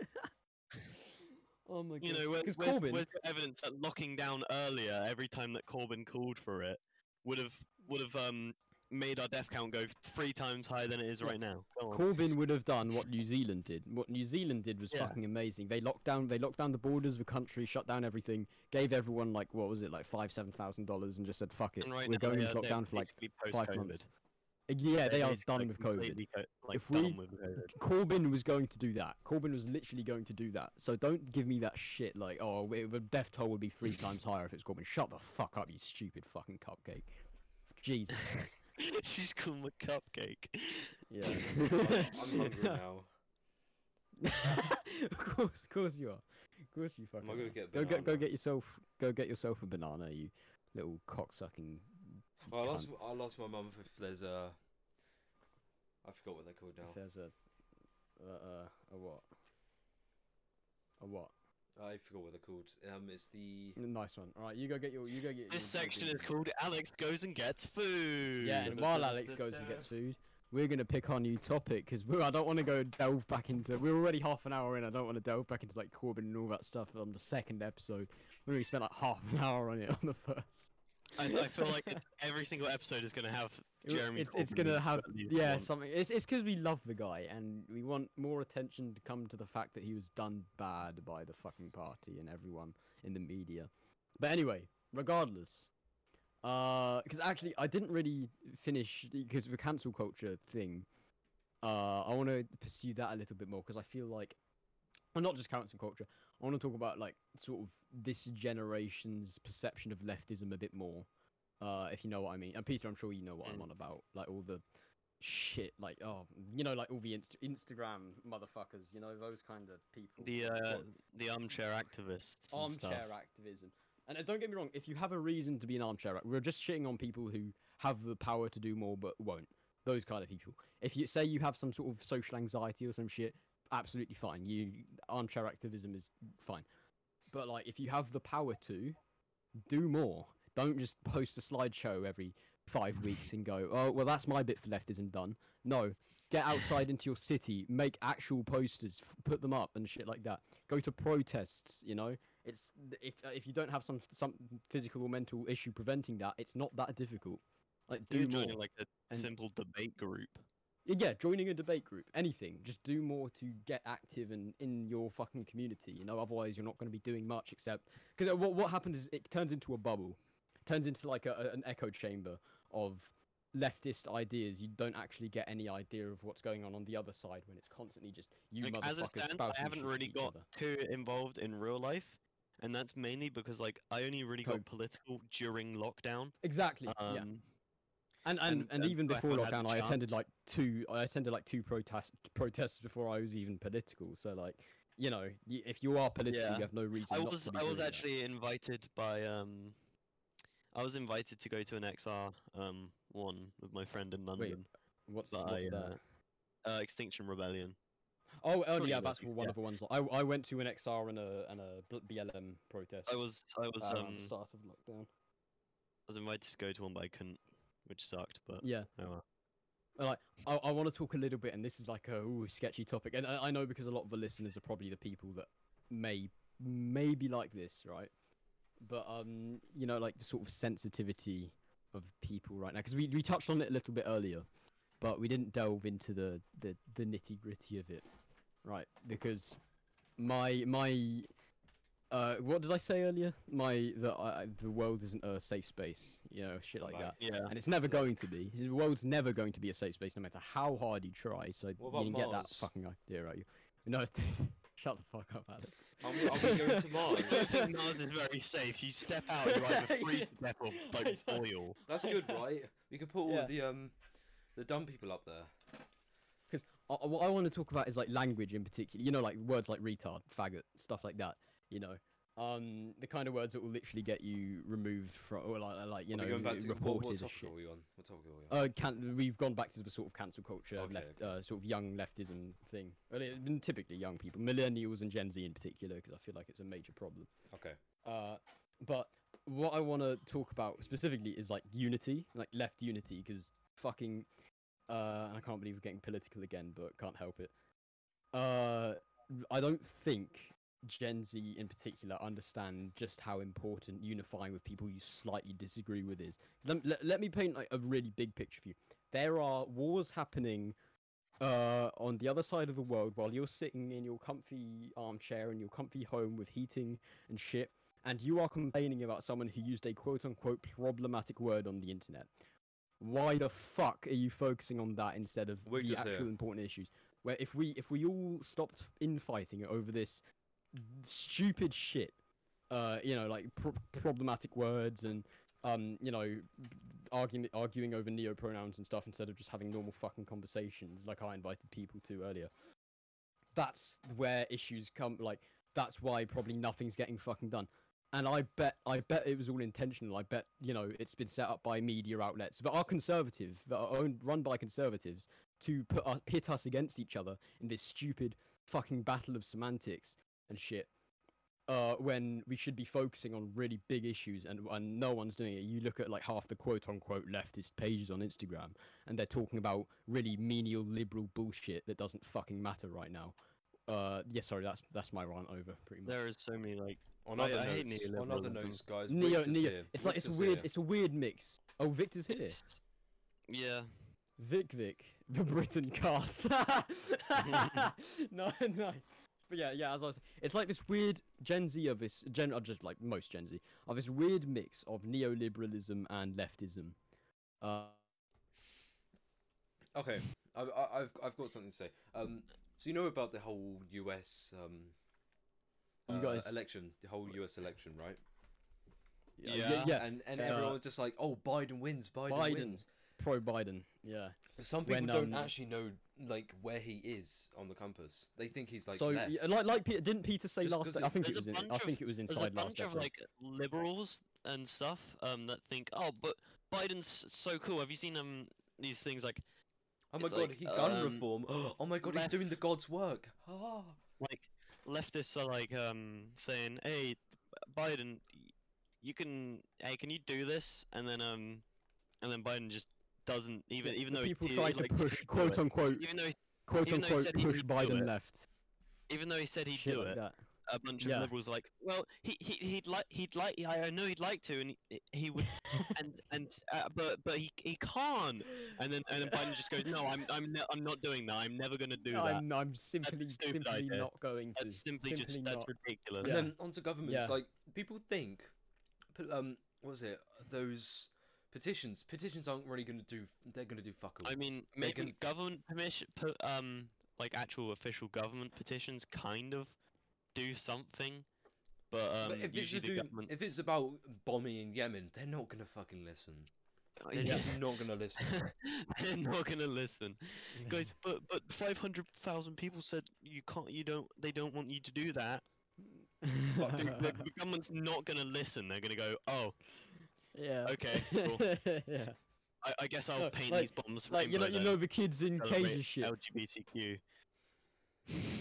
oh my god. You know, where, because where's, Corbyn, where's your evidence that locking down earlier every time that Corbyn called for it would have would have um made our death count go three times higher than it is Yeah. right now? Go on. Corbyn would have done what New Zealand did. What New Zealand did was Yeah. fucking amazing. They locked down, they locked down the borders of the country, shut down everything, gave everyone like what was it, like five, seven thousand dollars, and just said, "Fuck it, And right we're now, going yeah, into they're lockdown for like basically five post-COVID. months." Uh, Yeah, They're they are basically, done like, with COVID. completely co- like, If done we- with COVID. Corbyn was going to do that. Corbyn was literally going to do that. So don't give me that shit like, oh, w- the death toll would be three times higher if it's Corbyn. Shut the fuck up, you stupid fucking cupcake. Jesus. She's called my cupcake. Yeah. I'm I'm hungry now. of course, of course you are. Of course you fucking. gonna go are. get a go get go banana. get yourself go get yourself a banana, you little cock sucking. Well, I'll ask, I'll ask my mum if there's a. I forgot what they're called If now. there's a uh, uh, a what? A what? I forgot what they're called. Um, it's the. N- Nice one. All right, you go get your you go get. This your section fucking- is called Alex Goes and Gets Food. Yeah, and while Alex goes and gets food, we're gonna pick our new topic because I don't want to go delve back into. We're already half an hour in. I don't want to delve back into like Corbin and all that stuff on the second episode. We already spent like half an hour on it on the first. I, I feel like it's, every single episode is going to have It- Jeremy. it's, it's Corbyn gonna at have least yeah one. something it's it's because we love the guy and we want more attention to come to the fact that he was done bad by the fucking party and everyone in the media but anyway regardless uh because actually i didn't really finish because the cancel culture thing uh i want to pursue that a little bit more because i feel like well, not just cancel culture i want to talk about like sort of this generation's perception of leftism a bit more uh, if you know what I mean. And Peter, I'm sure you know what I'm Mm. on about. Like all the shit, like oh, you know, like all the Inst- Instagram motherfuckers. You know those kind of people. the that uh, got the armchair activists. and stuff. armchair activism. And uh, don't get me wrong, if you have a reason to be an armchair, act- we're just shitting on people who have the power to do more but won't. Those kind of people. If you say you have some sort of social anxiety or some shit, absolutely fine. You armchair activism is fine. But like, if you have the power to, do more. Don't just post a slideshow every five weeks and go, oh, well, that's my bit for leftism done. No, get outside into your city, make actual posters, f- put them up and shit like that. Go to protests, you know. It's if uh, if you don't have some some physical or mental issue preventing that, it's not that difficult. Like So you're do joining more. like a and- simple debate group. Y- Yeah, joining a debate group, anything. Just do more to get active and in your fucking community. You know, otherwise you're not going to be doing much except because what what happens is it turns into a bubble, turns into like a, a- an echo chamber of leftist ideas. You don't actually get any idea of what's going on on the other side when it's constantly just you Like, motherfuckers as it stands, I spouting haven't shit at really each got other. too involved in real life, and that's mainly because like I only really Co- got political during lockdown. exactly. Um, yeah. and and, and- and and even so I before haven't had lockdown, the I attended chance. like two. I attended like two protest protests before I was even political. So like, you know, y- if you are political, Yeah. you have no reason. I not was to be I was doing that. actually invited by um I was invited to go to an XR um one with my friend in London. What's, but what's I, uh, that? Uh, Extinction Rebellion. Oh, oh surely yeah, you that's noticed, one yeah. of the ones. I I went to an XR and a and a bl- BLM protest. I was I was uh, um around the I start of lockdown. was invited to go to one but I couldn't, which sucked. But Yeah. oh well. like I, I want to talk a little bit, and this is like a ooh, sketchy topic, and I, I know because a lot of the listeners are probably the people that may maybe like this, right? But um, you know, like the sort of sensitivity of people right now, because we we touched on it a little bit earlier, but we didn't delve into the the, the nitty gritty of it, right? Because my my uh, what did I say earlier? My the I the world isn't a safe space, you know, shit like Like, that, Yeah. and it's never going to be. The world's never going to be a safe space, no matter how hard you try. So What you about can get that Mars? fucking idea, right? You no, shut the fuck up, Alex. Are we, are we going to Mars? Mars is very safe. You step out, you're either freeze to death or I like know. boil. That's good, right? We could put all Yeah. the um, the dumb people up there. I, I- what I want to talk about is like language in particular. You know, like words like retard, faggot, stuff like that. You know, um, the kind of words that will literally get you removed from, or like, like you Are know, we going back to reported what, what as topic shit. are we on? What topic are we on? Uh, can, we've gone back to the sort of cancel culture, Okay, left, Uh, sort of young leftism thing. Well, it, and typically young people, millennials and Gen Z in particular, because I feel like it's a major problem. okay. Oh, Uh, but what I want to talk about specifically is like unity, like left unity, because fucking, uh, and I can't believe we're getting political again, but can't help it. Uh, I don't think Gen Z in particular understand just how important unifying with people you slightly disagree with is. Let, let, let me paint like a really big picture for you. There are wars happening uh, on the other side of the world while you're sitting in your comfy armchair in your comfy home with heating and shit, and you are complaining about someone who used a quote unquote problematic word on the internet. Why the fuck are you focusing on that instead of We're the just actual here. important issues? Where if we if we all stopped infighting over this stupid shit, uh, you know, like pro- problematic words and um, you know, arguing arguing over neo pronouns and stuff instead of just having normal fucking conversations like I invited people to earlier. That's where issues come. Like that's why probably nothing's getting fucking done. And I bet, I bet it was all intentional. I bet you know it's been set up by media outlets that are conservative, that are owned, run by conservatives, to put us, pit us against each other in this stupid fucking battle of semantics and shit. Uh, when we should be focusing on really big issues and, and no one's doing it. You look at like half the quote unquote leftist pages on Instagram and they're talking about really menial liberal bullshit that doesn't fucking matter right now. Uh, yeah, sorry, that's that's my rant over pretty much. There is so many like On I- other I hate notes, on other neoliberalism. notes, guys. Neo, Victor's Neo, here. it's like it's Victor's weird. here. It's a weird mix. Oh, Victor's here. it's- Yeah. Vic Vic, the Britain cast. no, nice. But yeah, yeah, as I was, it's like this weird Gen Z of this Gen, or just like most Gen Z of this weird mix of neoliberalism and leftism. Uh, Okay, I, I, I've I've got something to say. Um, so you know about the whole U.S. um You uh, guys- election, the whole U.S. election, right? yeah, Yeah. yeah, yeah, And and Uh, everyone was just like, "Oh, Biden wins, Biden, Biden. wins." pro Biden. Yeah. Some people When, don't um, actually know like where he is on the compass. They think he's like so left. yeah, like like Peter, didn't Peter say Just last? because day- it- I think it There's a was in, bunch I of- think it was There's a inside last. bunch of episode. like liberals and stuff um that think, oh, but Biden's so cool. Have you seen um these things like oh my it's god, like, he gun um, reform. Oh my god, he's doing the God's work. Ah. like leftists are like um saying, "Hey, Biden, y- you can hey, can you do this?" And then um and then Biden just doesn't even even The though people he, try he, to like, said he'd push do quote it, unquote even though he, quote even though he unquote said he push would do it, Biden left. even though he said he'd Shit do like it, that. a bunch of Yeah. liberals are like, "Well, he, he he'd like he'd like I I know he'd like to and he, he would and and uh, but but he he can't." And then and then Biden just goes, "No, I'm I'm ne- I'm not doing that. I'm never gonna do that." I'm, I'm simply a stupid simply idea. not going to. That's simply, just not. that's ridiculous. And then onto governments, Yeah. like people think, p- um, what was it? Those petitions. Petitions aren't really gonna do. They're gonna do fuck all. I mean, They making can- government permission, per, um, like actual official government petitions, kind of do something, but um, but if it's, to usually the do, government. if it's about bombing in Yemen, they're not gonna fucking listen. Oh, They're Yeah. just not gonna listen. they're not gonna listen, guys. But but five hundred thousand people said you can't, you don't, they don't want you to do that. The, the, the government's not gonna listen. They're gonna go, oh, yeah. okay, cool. yeah. I, I guess I'll No, paint like- these bombs. Like you know, rainbow you then, know the kids in cages celebrate and shit. LGBTQ.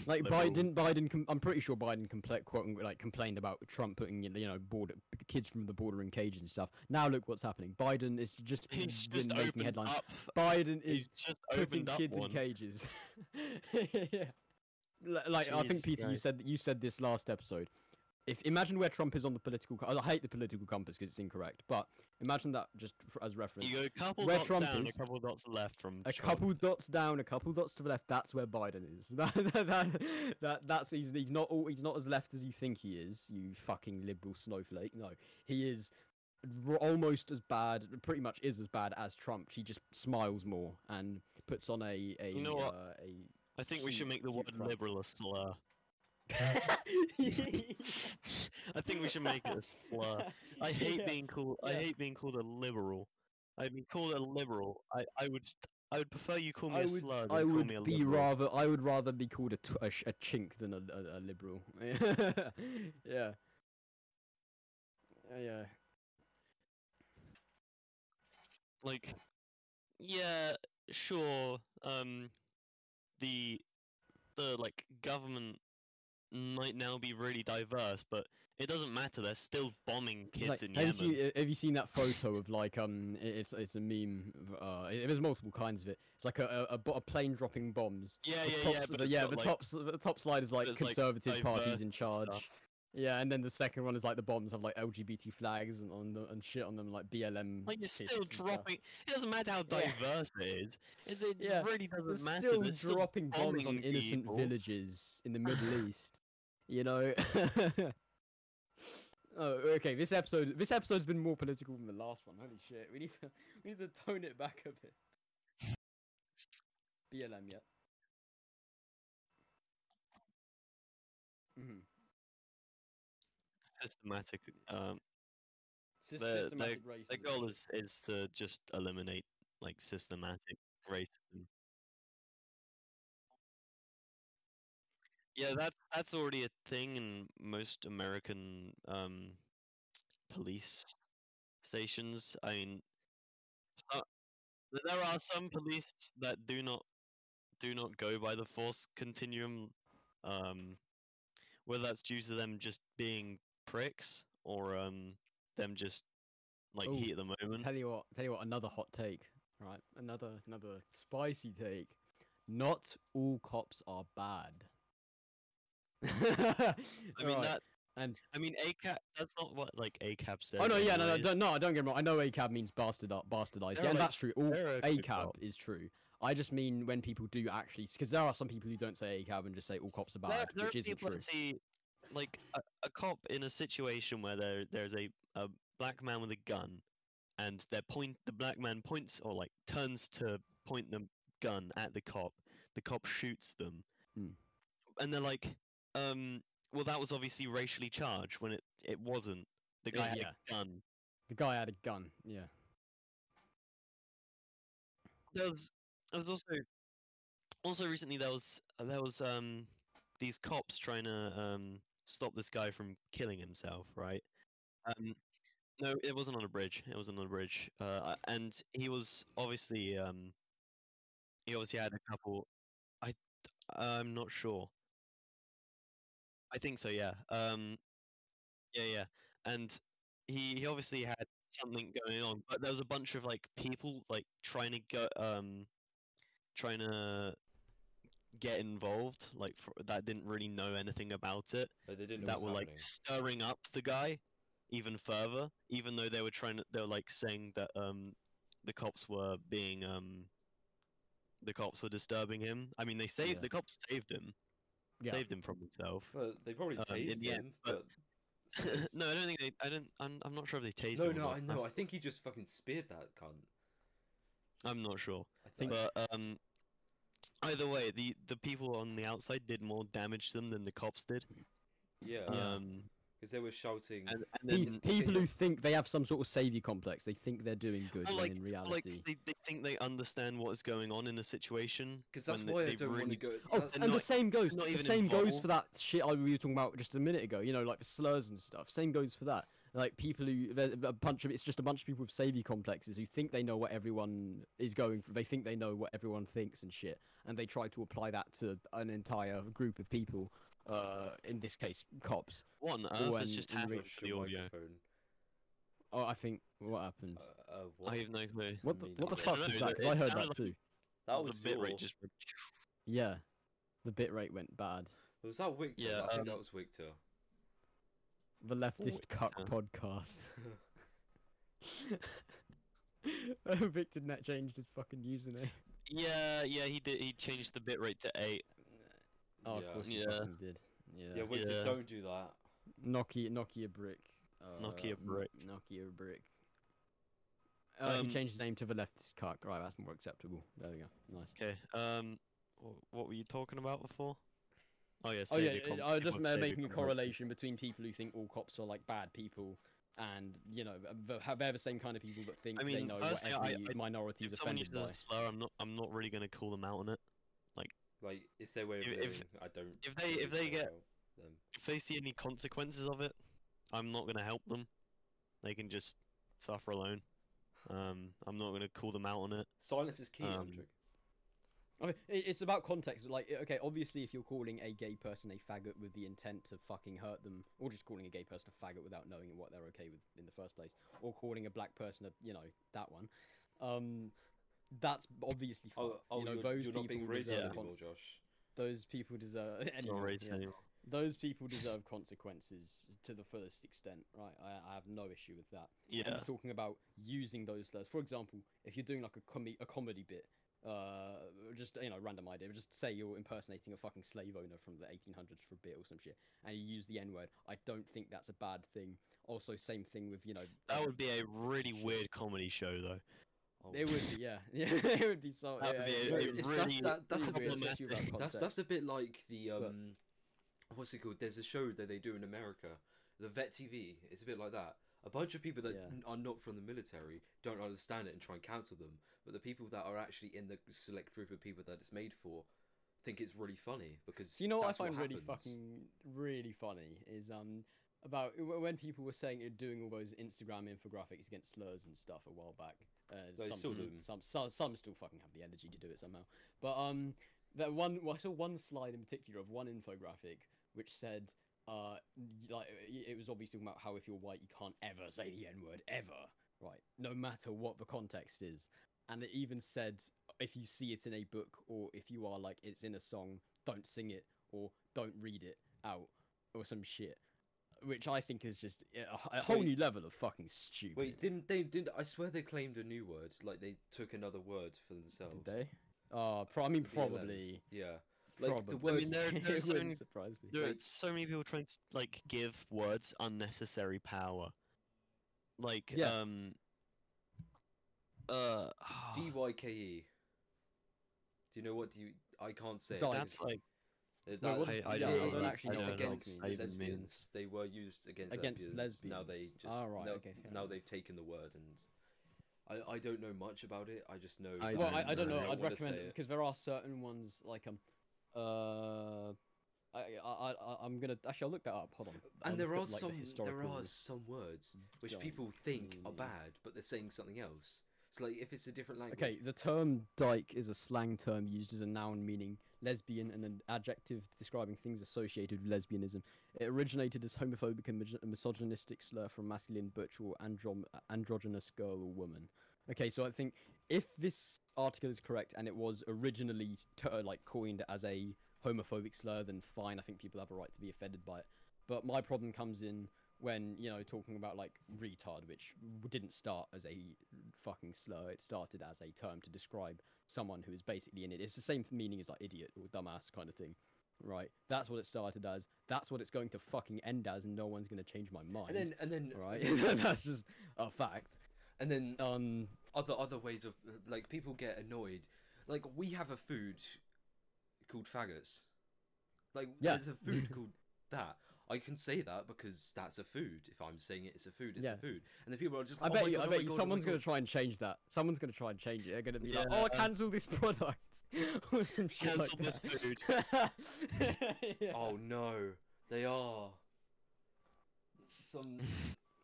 Like liberal. Biden, Biden. Com- I'm pretty sure Biden compl- quote unquote, like complained about Trump putting you know border kids from the border in cages and stuff. Now look what's happening. Biden is just He's been just making opened headlines. up. Biden He's is just putting opened up kids one. in cages. yeah. L- Like I Jesus think Peter, you Christ. said you said this last episode. if imagine where Trump is on the political. co- I hate the political compass because it's incorrect, but imagine that just f- as reference. You go a couple Where dots Trump down, is. a couple dots left from a Trump. couple dots down, a couple dots to the left. That's where Biden is. That, that, that, that- that's he's, he's not all, he's not as left as you think he is. You fucking liberal snowflake. No, he is r- almost as bad. Pretty much is as bad as Trump. He just smiles more and puts on a a. You know what? Uh, a I think we should cute- make the cute word front. liberal a slur. I think we should make it a slur. I hate Yeah. being called. I yeah. hate being called a liberal. I've been called a liberal. I, I would. I would prefer you call me a I would, slur than I call would me a be liberal. rather. I would rather be called a, tw- a, sh- a chink than a, a, a liberal. yeah. Yeah. Yeah. Like, yeah, sure. Um, the the like government might now be really diverse, but it doesn't matter. They're still bombing It's kids like- in have Yemen. You seen, uh, have you seen that photo of like um? i- It's it's a meme. of, Uh, it, there's multiple kinds of it. It's like a a, a, bo- a plane dropping bombs. yeah, the yeah, tops yeah. of But the, it's yeah, got, the like, top s- the top slide is like it's, like, conservative parties diverse in charge. stuff. Yeah, and then the second one is like the bombs have like LGBT flags and on the, and shit on them like BLM. Like you're kits still and stuff. dropping. It doesn't matter how Yeah. diverse it is. It, it Yeah, really They're doesn't matter. still They're still dropping bombs on bombing innocent people. villages in the Middle East. You know. Oh, okay. This episode, this episode's been more political than the last one. Holy shit! We need to, we need to tone it back a bit. BLM, yeah. hmm systematic. Um, Sys- Their- their- systematic their racism. goal is is to just eliminate like systematic racism. Yeah, that's that's already a thing in most American um, police stations. I mean, so- there are some police that do not do not go by the force continuum, um, whether that's due to them just being pricks or um, them just like Oh, heat at the moment. Tell you what, tell you what, another hot take, right? Another another spicy take. Not all cops are bad. I mean Right, that. and I mean ACAB. That's not what like ACAB says. oh no, yeah, no, no, anyways. don't, no, don't get me wrong. I know ACAB means bastard up, bastardized, They're yeah, like- and that's true. All they're a good ACAB cop. is true. I just mean when people do actually, because there are some people who don't say ACAB and just say all cops are bad, There, there which are isn't people true. that see like a, a cop in a situation where there there's a, a black man with a gun, and their point the black man points or like turns to point the gun at the cop. The cop shoots them, Mm. and they're like, um, "Well, that was obviously racially charged when it it wasn't. The Yeah, guy had yeah. a gun." The guy had a gun. Yeah. there was there was also also recently there was uh, there was um these cops trying to um stop this guy from killing himself right um no it wasn't on a bridge it wasn't on a bridge uh a- and he was obviously um he obviously had a couple i i'm not sure i think so yeah um yeah yeah and he he obviously had something going on, but there was a bunch of like people like trying to go um trying to get involved like fr that didn't really know anything about it Like, they didn't know that were what was like stirring up the guy even further even though they were trying to they were like saying that um the cops were being um the cops were disturbing him i mean they saved Yeah. the cops saved him Yeah. saved him from himself happening. Well, they probably um, in tased the end, him, but but- no i don't think they i don't i'm, I'm not sure if they tased no, him or no, I not. know. I think he just fucking speared that cunt. i'm not sure I think. But um, either way, the the people on the outside did more damage to them than the cops did. yeah, because Yeah. Um, they were shouting. and, and Pe- then people yeah. who think they have some sort of savior complex, they think they're doing good, Well, when like- in like reality. they, they think they understand what is going on in a situation. Because that's when they- why I they don't want really- to go. Oh, that- and not- the same goes. not The even same goes involved. for that shit I we were talking about just a minute ago. You know, like the slurs and stuff. Same goes for that. Like people who there- a bunch of it's just a bunch of people with savior complexes who think they know what everyone is going through. They think they know what everyone thinks and shit, and they try to apply that to an entire group of people. Uh, in this case, cops. What on Oh, earth has and just in happened Punch to the your audio? microphone. Oh, I think what happened. Uh, uh, what? I have no clue. What the, mean, what the I fuck don't was know, that? 'Cause it I heard sounded that like- too. That was the bit your- rate just. went Yeah, the bit rate went bad. Was that Victor? Uh-huh. Yeah, I think um, that was Victor. the leftist cuck Victor. podcast. oh, Victor net changed his fucking username. Yeah, yeah, he did. He changed the bitrate to eight. Oh, Yeah. of course he Yeah. fucking did. Yeah. Yeah, Winter, Yeah. don't do that. Nokia, Nokia brick. Uh, Nokia m- brick. Nokia brick. Uh, he Um, changed his name to the leftist cuck. Right, that's more acceptable. There we go. Nice. Okay. Um, wh- what were you talking about before? Oh yeah. Oh yeah, Saber yeah, com- I was just people ma- Saber making a com- correlation between people who think all cops are like bad people, and you know th- ha- they're the same kind of people that think they mean, know what personally, every I- I- minority is If someone offended uses by. a slur, I'm not. I'm not really gonna call them out on it. Like, it's their way of If- living. if- I don't. if they- really if they care get- about them. If they see any consequences of it, I'm not gonna help them. They can just suffer alone. Um, I'm not gonna call them out on it. silence is key. um, Andrew. I mean, i- it's about context. Like, i- okay, obviously, if you're calling a gay person a faggot with the intent to fucking hurt them, or just calling a gay person a faggot without knowing what they're okay with in the first place, or calling a black person a, you know, that one, um, that's obviously. Oh, fucked. oh, you know, you're, those you're not being people racist deserve Yeah. anymore, con- Josh. Those people deserve. Not anyway, race yeah. anymore. Those people deserve consequences to the fullest extent, right? I, I have no issue with that. I'm Yeah. just talking about using those slurs. For example, if you're doing like a com- a comedy bit, uh, just you know, random idea. Just say you're impersonating a fucking slave owner from the 1800s for a bit or some shit, and you use the N-word. I don't think that's a bad thing. Also, same thing with you know. That uh, would be a really weird comedy show, though. Oh, It would be yeah, yeah. It would be so. That Oh, yeah, would be it a- a would be- it's- it's- that's- really that- that's a really bit weird, problematic- especially without That's context. that's a bit like the But- um, what's it called? There's a show that they do in America, the Vet TV. It's a bit like that. A bunch of people that Yeah. n- are not from the military don't understand it and try and cancel them, but the people that are actually in the select group of people that it's made for think it's really funny because Do you know what I that's find really happens. fucking really funny is um about w- when people were saying uh, doing all those Instagram infographics against slurs and stuff a while back. Uh, They some, still still do 'em. some some some still fucking have the energy to do it somehow. But um, that one well, I saw one slide in particular of one infographic which said. Uh, y- like i- it was obviously talking about how if you're white you can't ever say the n word ever, right? No matter what the context is, and it even said if you see it in a book or if you are like it's in a song, don't sing it or don't read it out or some shit, which I think is just a- a, whole Wait. new level of fucking stupid. Wait, didn't they? Didn't I swear they claimed a new word? Like they took another word for themselves. did they? Uh, pro- I mean, The 11. probably. Yeah. Like, the probably. I mean, there- It there's so wouldn't many- surprise me. There are Like- so many people trying to like give words unnecessary power. Like Yeah. um uh Ah. D Y K E. Do you know what? Do you? I can't say. it. Dyke. that's like Uh, That, what- I- I it- don't it- know, it's that's- I it's don't know, against like, I even lesbians. mean- They were used against, Against Now lesbians. they just. Ah, right, Now, okay, fair now enough. they've taken the word and. I, I don't know much about it. I just know. I that well, don't I, I don't know. know. I I'd wanna recommend say it because there are certain ones like um, uh, I I I I'm gonna actually I'll look that up. Hold on. I'll And there look are up, like, the some there historical- Mm. are some words which Dyke people think are community. bad, but they're saying something else. So like if it's a different language. Okay, the term dyke is a slang term used as a noun meaning lesbian and an adjective describing things associated with lesbianism. It originated as homophobic and mis- misogynistic slur for a masculine butch or androm- androgynous girl or woman. Okay, so I think if this article is correct and it was originally ter- like coined as a homophobic slur, then fine. I think people have a right to be offended by it. But my problem comes in when you know talking about like retard, which w- didn't start as a fucking slur. It started as a term to describe someone who is basically an idiot. It's the same meaning as like idiot or dumbass kind of thing, right? That's what it started as. That's what it's going to fucking end as, and no one's going to change my mind. And then and then right? and then- That's just a fact. and then Um, other other ways of like people get annoyed. Like we have a food called faggots. Like Yeah. there's a food called that. I can say that because that's a food. If I'm saying it, it's a food. It's Yeah. a food. And the people are just. I Like, bet oh my you, God, I oh bet my you, God, oh someone's my going to try and change that. Someone's going to try and change it. They're going to be like, "Oh, Yeah. cancel this product," or some shit cancel like this that. food. Yeah. God. Oh no, they are. Some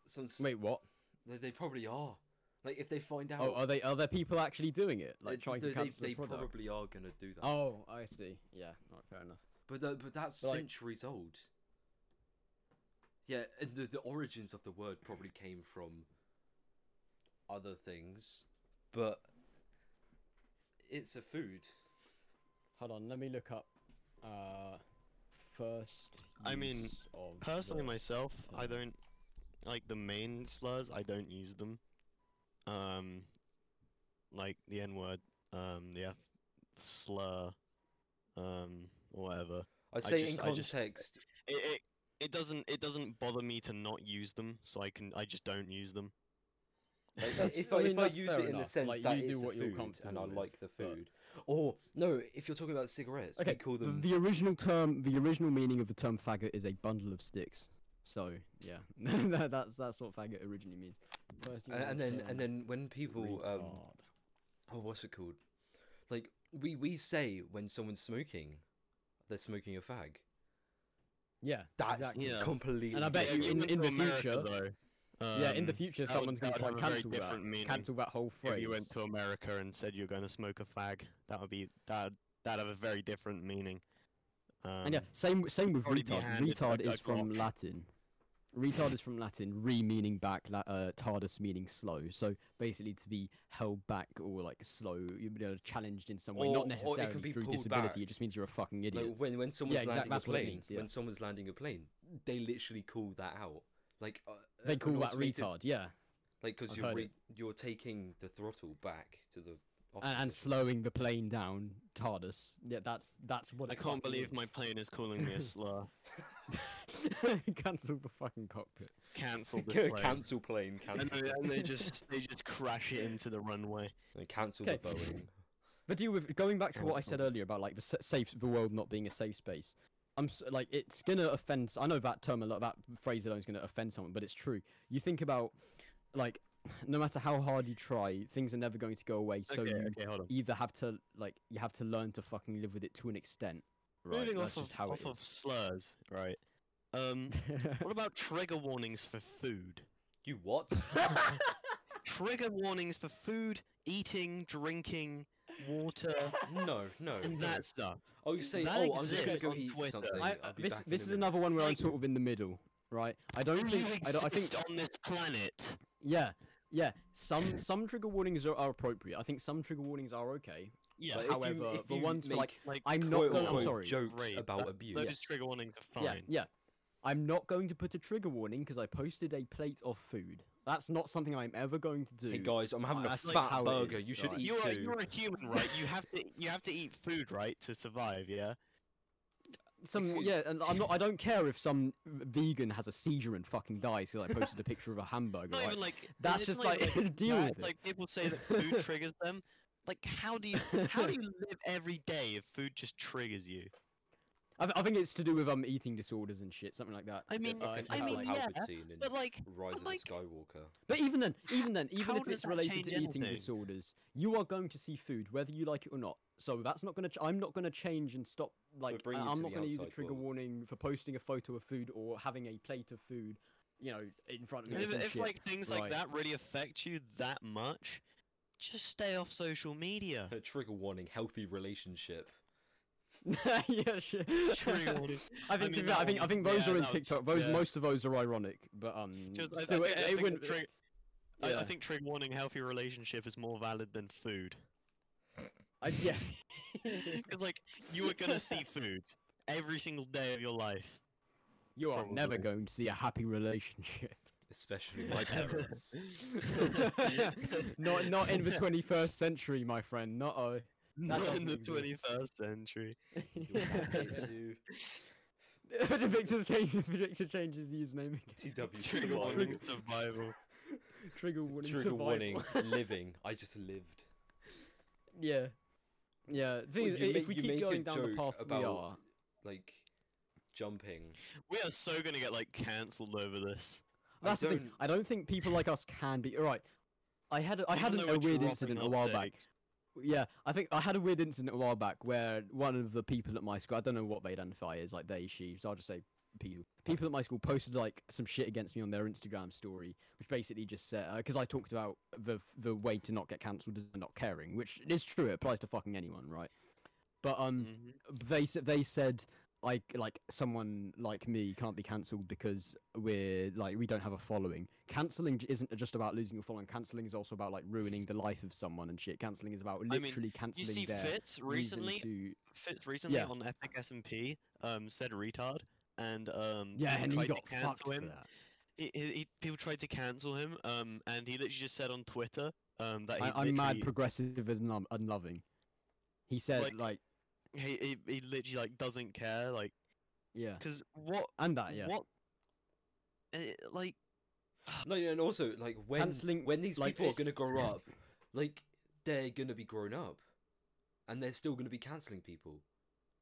some. s- Wait, what? They, they probably are. Like if they find out. Oh, are they are there people actually doing it? they- Like trying they, to cancel they, the product? probably are gonna do that. Oh, I see. Yeah, not fair enough. But tha- but that's But, like- centuries old. Yeah, and the, the origins of the word probably came from other things, but it's a food. Hold on, let me look up. Uh, first. I mean, use of Personally, the- myself, I yeah. don't like the main slurs. I don't use them. Um, like the N word, um, the F slur, um, or whatever. I'd I say in just- I just- context, It, it it doesn't it doesn't bother me to not use them, so I can I just don't use them. like, That's- if I I, mean, if I that's use fair it in the enough, sense like, that you do it's the what you're food and I comfortable with, like the but- food, or no, if you're talking about cigarettes, Okay, we call the- them. the original term, the original meaning of the term faggot is a bundle of sticks. So yeah, that, that's that's what faggot originally means. First you and, have and the then term and then when people um, retard. oh what's it called like we we say when someone's smoking they're smoking a fag yeah, that's exactly. Yeah. completely And I bet If you in- different. went in to the future- though, yeah, in the um, future that would- someone's going that to try would and have a very cancel that, different meaning. cancel that whole phrase. If you went to America and said you're going to smoke a fag, that would be that that have a very different meaning. Um, and yeah, same same with already be retard. handed Retard a- a is from Glock. Latin. Retard is from Latin, re meaning back, la- uh, tardus meaning slow. So basically, to be held back or like slow, you know, challenged in some way, Or- or not it necessarily can be through pulled disability. back. It just means you're a fucking idiot. like when when someone's exact- landing that's a what it plane means, yeah. when someone's landing a plane they literally call that out like uh, uh, they an call that automated- retard, yeah, like because I've you're heard re- it. you're taking the throttle back to the and, and opposite. slowing the plane down, tardus. Yeah, that's that's what. I it can't fucking believe my is. plane is calling me a slur. cancel the fucking cockpit. Cancel this Ca- plane. cancel plane And, cancel they, and they just they just crash it into the runway. plane, cancel the Okay. Boeing But deal with going back to what I said Cancel. earlier about like the sa- safe, the world not being a safe space. I'm s- like it's gonna offend. I know that term a lot. That phrase alone is gonna offend someone, but it's true. You think about like no matter how hard you try, things are never going to go away. So okay, you okay, hold on. either have to like you have to learn to fucking live with it to an extent. Right, Moving that's off of just how off of slurs, right? Um, it is. what about trigger warnings for food? you what Trigger warnings for food, eating, drinking, water, no no and no. that stuff. oh you say that oh I'm just gonna exists go on eat Twitter. something I, I'll be this back in this a is minute." another one where I'm Like- sort of in the middle, right? I don't Do you think I, don't, I think exist on this planet? yeah yeah some some trigger warnings are, are appropriate. I think some trigger warnings are okay. Yeah, But Like, if you- however, if the you ones for, make like, like I'm not quote going. I'm unquote sorry. jokes rape, about that- abuse. those trigger warnings are fine. Yeah, yeah. I'm not going to put a trigger warning because I posted a plate of food. That's not something I'm ever going to do. Hey guys, I'm having a That's fat like how it burger. is, You should right? eat You're a, too. you're a human, right? You have to you have to eat food, right, to survive. Yeah. Some Excuse- yeah, and I'm not. I don't care if some vegan has a seizure and fucking dies because I posted a picture of a hamburger. Not right? even like That's it's just not even, like, deal that, with it's it. Like people say that food triggers them. Like how do you how do you live every day if food just triggers you? I, th- I think it's to do with um eating disorders and shit, something like that. I mean, uh, Fucking if you I have, Al- mean, like- yeah, Palpatine in But like Rise of the like- Skywalker. But even then, even then, how even if does it's that related change to eating anything? disorders, you are going to see food whether you like it or not. So that's not going to. Ch- I'm not going to change and stop. Like I- bring you to I'm not the going to use a outside trigger world. warning for posting a photo of food or having a plate of food, you know, in front of me. or if, some if shit. like things like Right. that really affect you that much, just stay off social media. A trigger warning: healthy relationship. yeah, shit. Trigger warning. I think mean, to be- I, that think I one- think those yeah, are in that was- TikTok. Those yeah. most of those are ironic, but um, Just, I, I still, think, it, I, it think wouldn't. trig- I- yeah. I think trigger warning healthy relationship is more valid than food. I, yeah. Because like you are gonna see food every single day of your life. you are never Probably. going to see a happy relationship. Especially Like like parents. not not in the 21st century, my friend. Not oh. Not in doesn't the exist. twenty first century. You're Takezu, the Victor changes, Victor changes the username again. TW Trigger survival. warning survival. Trigger warning. Trigger survival. warning: living. I just lived. yeah. Yeah. The thing Well, is, you i- make- if we you keep make a going down the joke path we about- are, Like jumping. We are so gonna get like cancelled over this. I that's the thing. don't- I don't think people like us can be. All right. I had a, I had Even an, though a we're weird dropping incident a while back. outtakes. Yeah, I think I had a weird incident a while back where one of the people at my school, I don't know what they identify as, like they, she, so I'll just say people. People at my school posted like some shit against me on their Instagram story, which basically just said, because I talked about the the way to not get cancelled is not caring, which is true, it applies to fucking anyone, right? But um, Mhm. they s- they said, I like someone like me can't be cancelled because we're like we don't have a following. Cancelling j- isn't just about losing your following. Cancelling is also about like ruining the life of someone and shit. Cancelling is about mean, literally You cancelling see, their Fitz reason recently, to- Fitz recently Yeah. on Epic SMP, um, said retard, and um, Yeah, people and he tried to got cancel fucked for him. that. He, he, he- people tried to cancel him, um, and he literally just said on Twitter, um, that he I, I'm mad. literally- Progressive is un- unloving. He said Like- like he, he, he literally like doesn't care, like, yeah, cause what, and that yeah. what, uh, like, No, yeah, and also like when Cancelling, when these like, people are s- gonna grow up, like they're gonna be grown up, and they're still gonna be canceling people.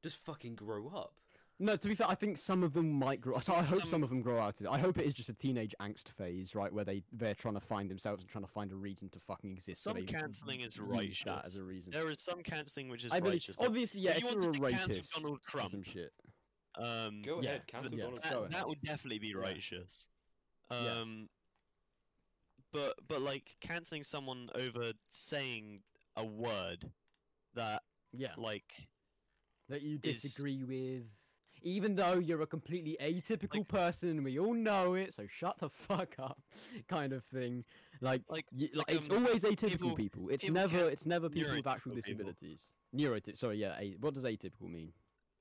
Just fucking grow up. No, to be fair, I think some of them might grow. So I hope some, Some- of them grow out of it. I hope it is just a teenage angst phase, right, where they they're trying to find themselves and trying to find a reason to fucking exist. so Some they cancelling is use That as righteous. a reason. there is some cancelling which is Hmm. I believe, righteous. like, obviously, yeah. if If you you wanted were a to cancel rapist, Donald or Trump, some shit. um, Go Yeah, ahead, cancel yeah. Donald That- Trump. Go that, ahead. that would definitely be righteous. Yeah. Um, but but like canceling someone over saying a word that Yeah, like that you is- disagree with, even though you're a completely atypical person, and we all know it. So shut the fuck up, kind of thing. Like, like y- like, like, it's um, always atypical people. people- It's people never, can- it's never people with actual neurotypical people. disabilities. Neurotyp. Sorry, yeah. A- what does atypical mean?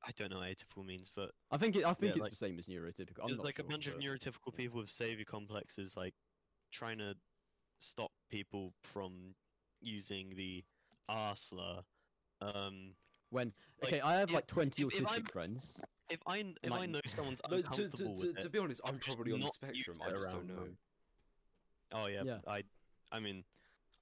I don't know what atypical means, but I think it, I think it's like- the same as neurotypical. I'm there's not like a sure, bunch of but- neurotypical people with savior complexes like trying to stop people from using the R slur. Um, When like, okay, I have if- like 20 if- if I'm- autistic friends. if I kn- if I Like- know someone's No, to, to, uncomfortable to- with to it, be honest, I'm I'm just probably on the not spectrum. used I to just don't around know. them. oh yeah, Yeah. I I mean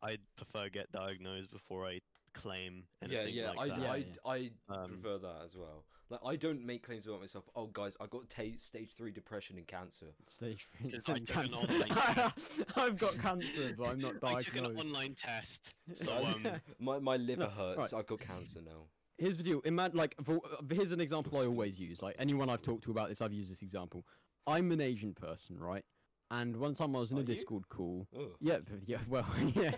I'd prefer get diagnosed before I claim Yeah, anything yeah, like that. I, Yeah, I, yeah. I Um, prefer that as well. Like, I don't make claims about myself. Oh, guys, I got ta stage three depression and cancer. Stage Because three I took an cancer. online test. I've got cancer, but I'm not I diagnosed. took an online test, so No, um, my my liver No, hurts. I got cancer now. Here's the deal. Imagine, like, for, uh, here's an example I always use. Like, anyone I've talked to about this, I've used this example. I'm an Asian person, right? And one time I was in Are a you? Discord call. Ugh. Yeah, b- yeah. Well, yeah.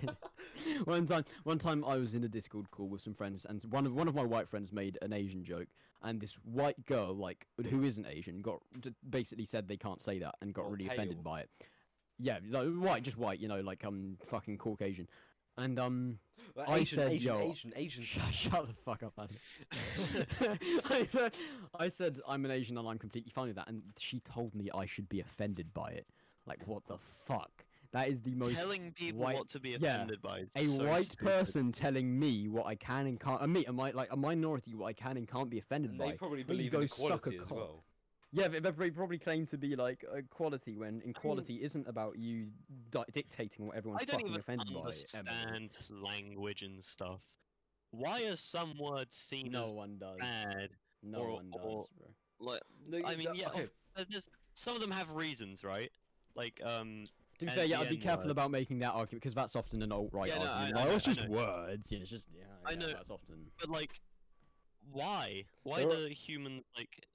one time, one time I was in a Discord call with some friends, and one of one of my white friends made an Asian joke, and this white girl, like who isn't Asian, got d- basically said they can't say that, and got Or really pale. offended by it. Yeah, like, white, just white, you know, like um, fucking Caucasian, and um, Well, I Asian, said, Asian, yo, Asian, Asian. Shut, shut the fuck up, Adam. um, I said, I said, I'm an Asian and I'm completely fine with that. And she told me I should be offended by it. Like, what the fuck? That is the most. telling people white- what to be yeah, offended by. is a so white stupid. person telling me what I can and can't. Uh, me, a mi- like a minority, what I can and can't be offended And by. they probably Well, you believe in go suck a equality as cock. well. Yeah, they, they probably claim to be like equality when equality isn't about you di- dictating what everyone's I don't fucking even offended by. Emily. understand language and stuff. Why are some words seen No one does. as bad? No or- one does. or- bro. Like, No, I mean, that- yeah, okay, of- there's, there's, some of them have reasons, right? Like, um, To be and fair, yeah, the I'd be careful N-word. about making that argument because that's often an alt right Yeah, no, I- argument. I Like, know, oh, it's I just know. words, you know, it's just yeah, I yeah, know. That's often. but like, why? Why There do are- humans like?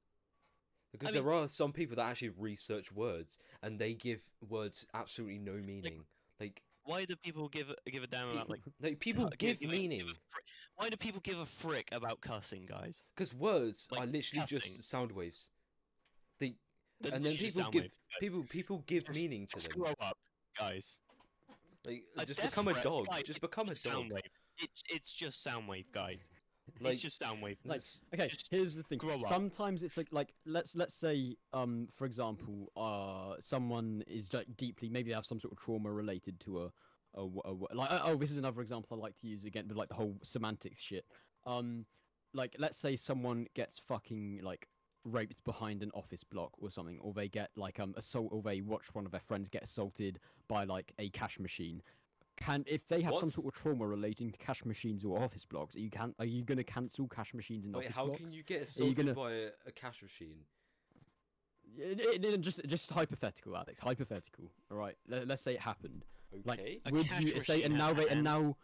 because I mean- there are some people that actually research words and they give words absolutely no meaning. Like, Why do people give a- give a damn about like? like people cu- give a- meaning a frick- why do people give a frick about cussing, guys? because words like are literally cussing. just sound waves. They They're And then literally people sound give- waves, guys. people people give Just- meaning to Just them. grow up, guys. Like, A just death become a threat, dog. guys, Just it's become a just sound dog. wave. It's it's just sound wave, guys. Like, it's just sound wave. like, it's- Okay, Just here's the thing. grow up. Sometimes it's like, like let's let's say, um, for example, uh, someone is like deeply maybe they have some sort of trauma related to a, a, w- a w- like uh, oh, this is another example I like to use again, but like the whole semantics shit. Um, like let's say someone gets fucking like raped behind an office block or something, or they get like um assault, or they watch one of their friends get assaulted by like a cash machine. Can if they have some What? sort of trauma relating to cash machines or office blocks, are you can are you gonna cancel cash machines and Wait, office how blocks? can you get assaulted gonna- by a, a cash machine? It, it, it- just just hypothetical, Alex. Hypothetical. All right. Let, let's say it happened. Okay. Like, A would cash you say? machine And has now they and hands. now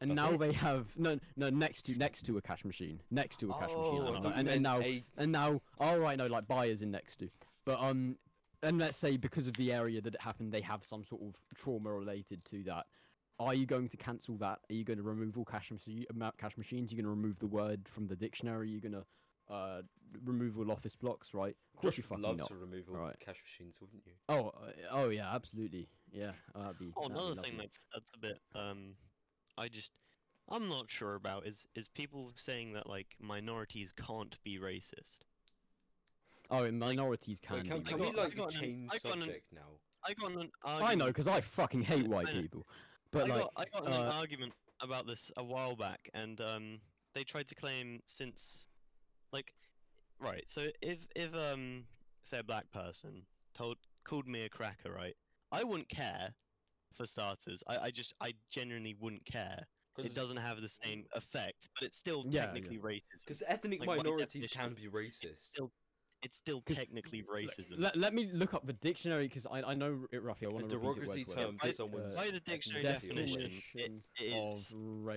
and Does now it? they have no no next to next to a cash machine, next to a cash machine, Oh, I I thought know, you and, and meant now a- and now all right, no, like buyers in next to, but um, and let's say because of the area that it happened, they have some sort of trauma related to that. Are you going to cancel that? Are you going to remove all cash, machi- ma- cash machines? Are you going to remove the word from the dictionary? Are you going to uh, removable office blocks, right? Of course you I'd fucking love not. to remove all Right. cash machines, wouldn't you? Oh, uh, oh yeah, absolutely. Yeah, oh, that'd be. Oh, that'd be another thing lovely. that's that's a bit um, I just I'm not sure about is is people saying that like minorities can't be racist. Oh, and minorities can. Wait, can be can I've we racist. got- I've like got an- change I've got an- subject now? I got in an I know argument- because I fucking hate white I know. people. But I like, got, I got in an uh, argument about this a while back, and um, they tried to claim since, like, right. So if if um, say a black person told called me a cracker, right? I wouldn't care, for starters. I, I just I genuinely wouldn't care. 'Cause It doesn't have the same effect, but it's still Yeah, yeah. technically racist. Because ethnic like, by minorities can definition, be racist. still it's still 'Cause technically racism. let, let me look up the dictionary because I, I know it roughly. I A want to derogatory repeat it word for term word. By- to someone's by the dictionary ethnicity or definition, race. Definition it of is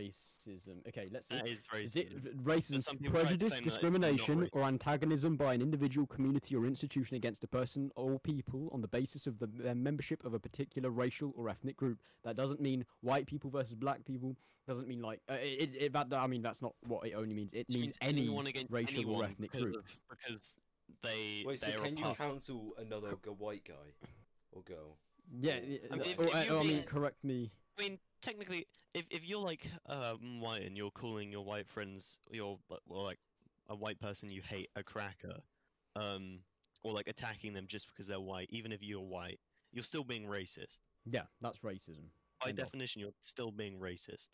racism. Okay, let's see. that is Is racism. it v- racism? some is people try to claim prejudice, that it's not discrimination, racist. or antagonism by an individual, community, or institution against a person or people on the basis of the their membership of a particular racial or ethnic group. That doesn't mean white people versus black people. Doesn't mean like uh, it, it, that. I mean that's not what it only means. It Which means any anyone against racial anyone or ethnic because group. of- because they Wait, so they're can a you part. counsel another g- white guy or girl? Yeah, I y- mean, uh, if- or, if uh, you or I mean, mean- correct me. I mean, technically, if if you're like um, white and you're calling your white friends, your bu- well, like a white person you hate a cracker, um, or like attacking them just because they're white, even if you're white, you're still being racist. Yeah, that's racism. By End of. definition, you're still being racist.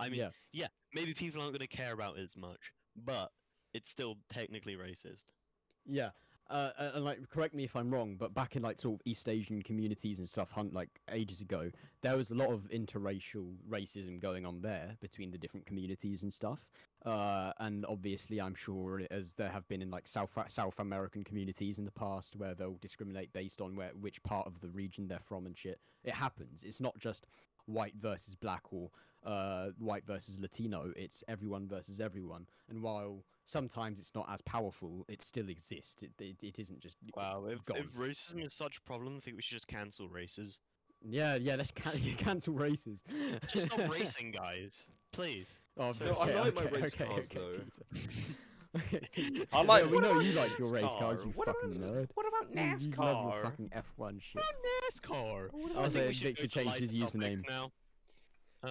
I mean, yeah, maybe people aren't going to care about it as much, but it's still technically racist. yeah. Uh, uh, and like, correct me if I'm wrong, but back in like sort of East Asian communities and stuff, hunt like ages ago, there was a lot of interracial racism going on there between the different communities and stuff. Uh, and obviously, I'm sure it- as there have been in like South A- South American communities in the past, where they'll discriminate based on where which part of the region they're from and shit. It happens. It's not just white versus black or uh, white versus Latino. It's everyone versus everyone. And while sometimes it's not as powerful, it still exists. It, it, it isn't just Wow, if, gone. if racism is such a problem, I think we should just cancel races. Yeah, yeah. Let's can- cancel races. Just stop racing, guys, please. Oh, So I okay, like my okay, race okay, cars, okay, though. Peter. Okay, Peter. I like. Yeah, we what know about you like your race NASCAR? cars, you What fucking about, nerd. What about You- NASCAR? You love your fucking F1 shit. NASCAR. What I about- was think we saying should Victor go to changed his lighter username. topics now.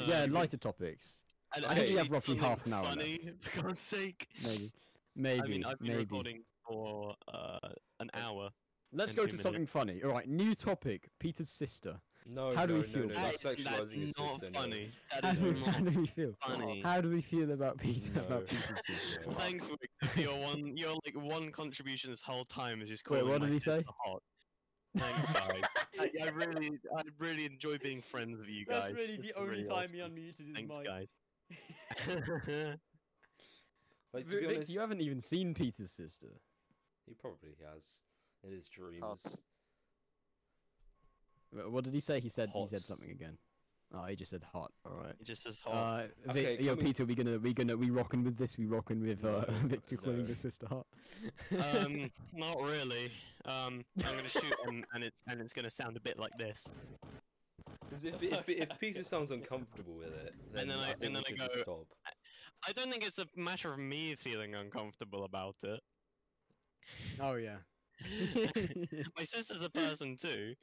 yeah, Um, lighter topics. and I think we actually have roughly something half an hour Funny, for God's sake. Maybe. Maybe. I mean, I've been maybe. recording for uh, an hour. Let's in go two to minutes. something funny. All right, new topic. Peter's sister. No, How do no, we feel no, no, about that's That is, that's sexualizing your not sister, no. funny. How That is do, how not do we feel? funny. How do we feel about Peter? No. About Peter's sister? No. Thanks, Wick, for your one, your like one contribution this whole time is just Wait, calling what my did he sister say? hot. Thanks, guys. I, I really, I really enjoy being friends with you guys. It's really awesome. unmuted his Thanks, guys. Like, to be honest, you haven't even seen Peter's sister. he probably has in his dreams. Wh- Uh, What did he say? He said he Hot. said something again. Oh, he just said hot. All right. it just says hot. Uh, Vic, Okay, yo, coming- Peter, we gonna we gonna we rocking with this. We rocking with uh, No, Victor calling no. the sister hot. Um, not really. Um, I'm gonna shoot him, and it's and it's gonna sound a bit like this. 'Cause if, if, if Peter sounds uncomfortable with it, then, then I I- and think we then I should go- just stop. I don't think it's a matter of me feeling uncomfortable about oh yeah. it. My sister's a person too.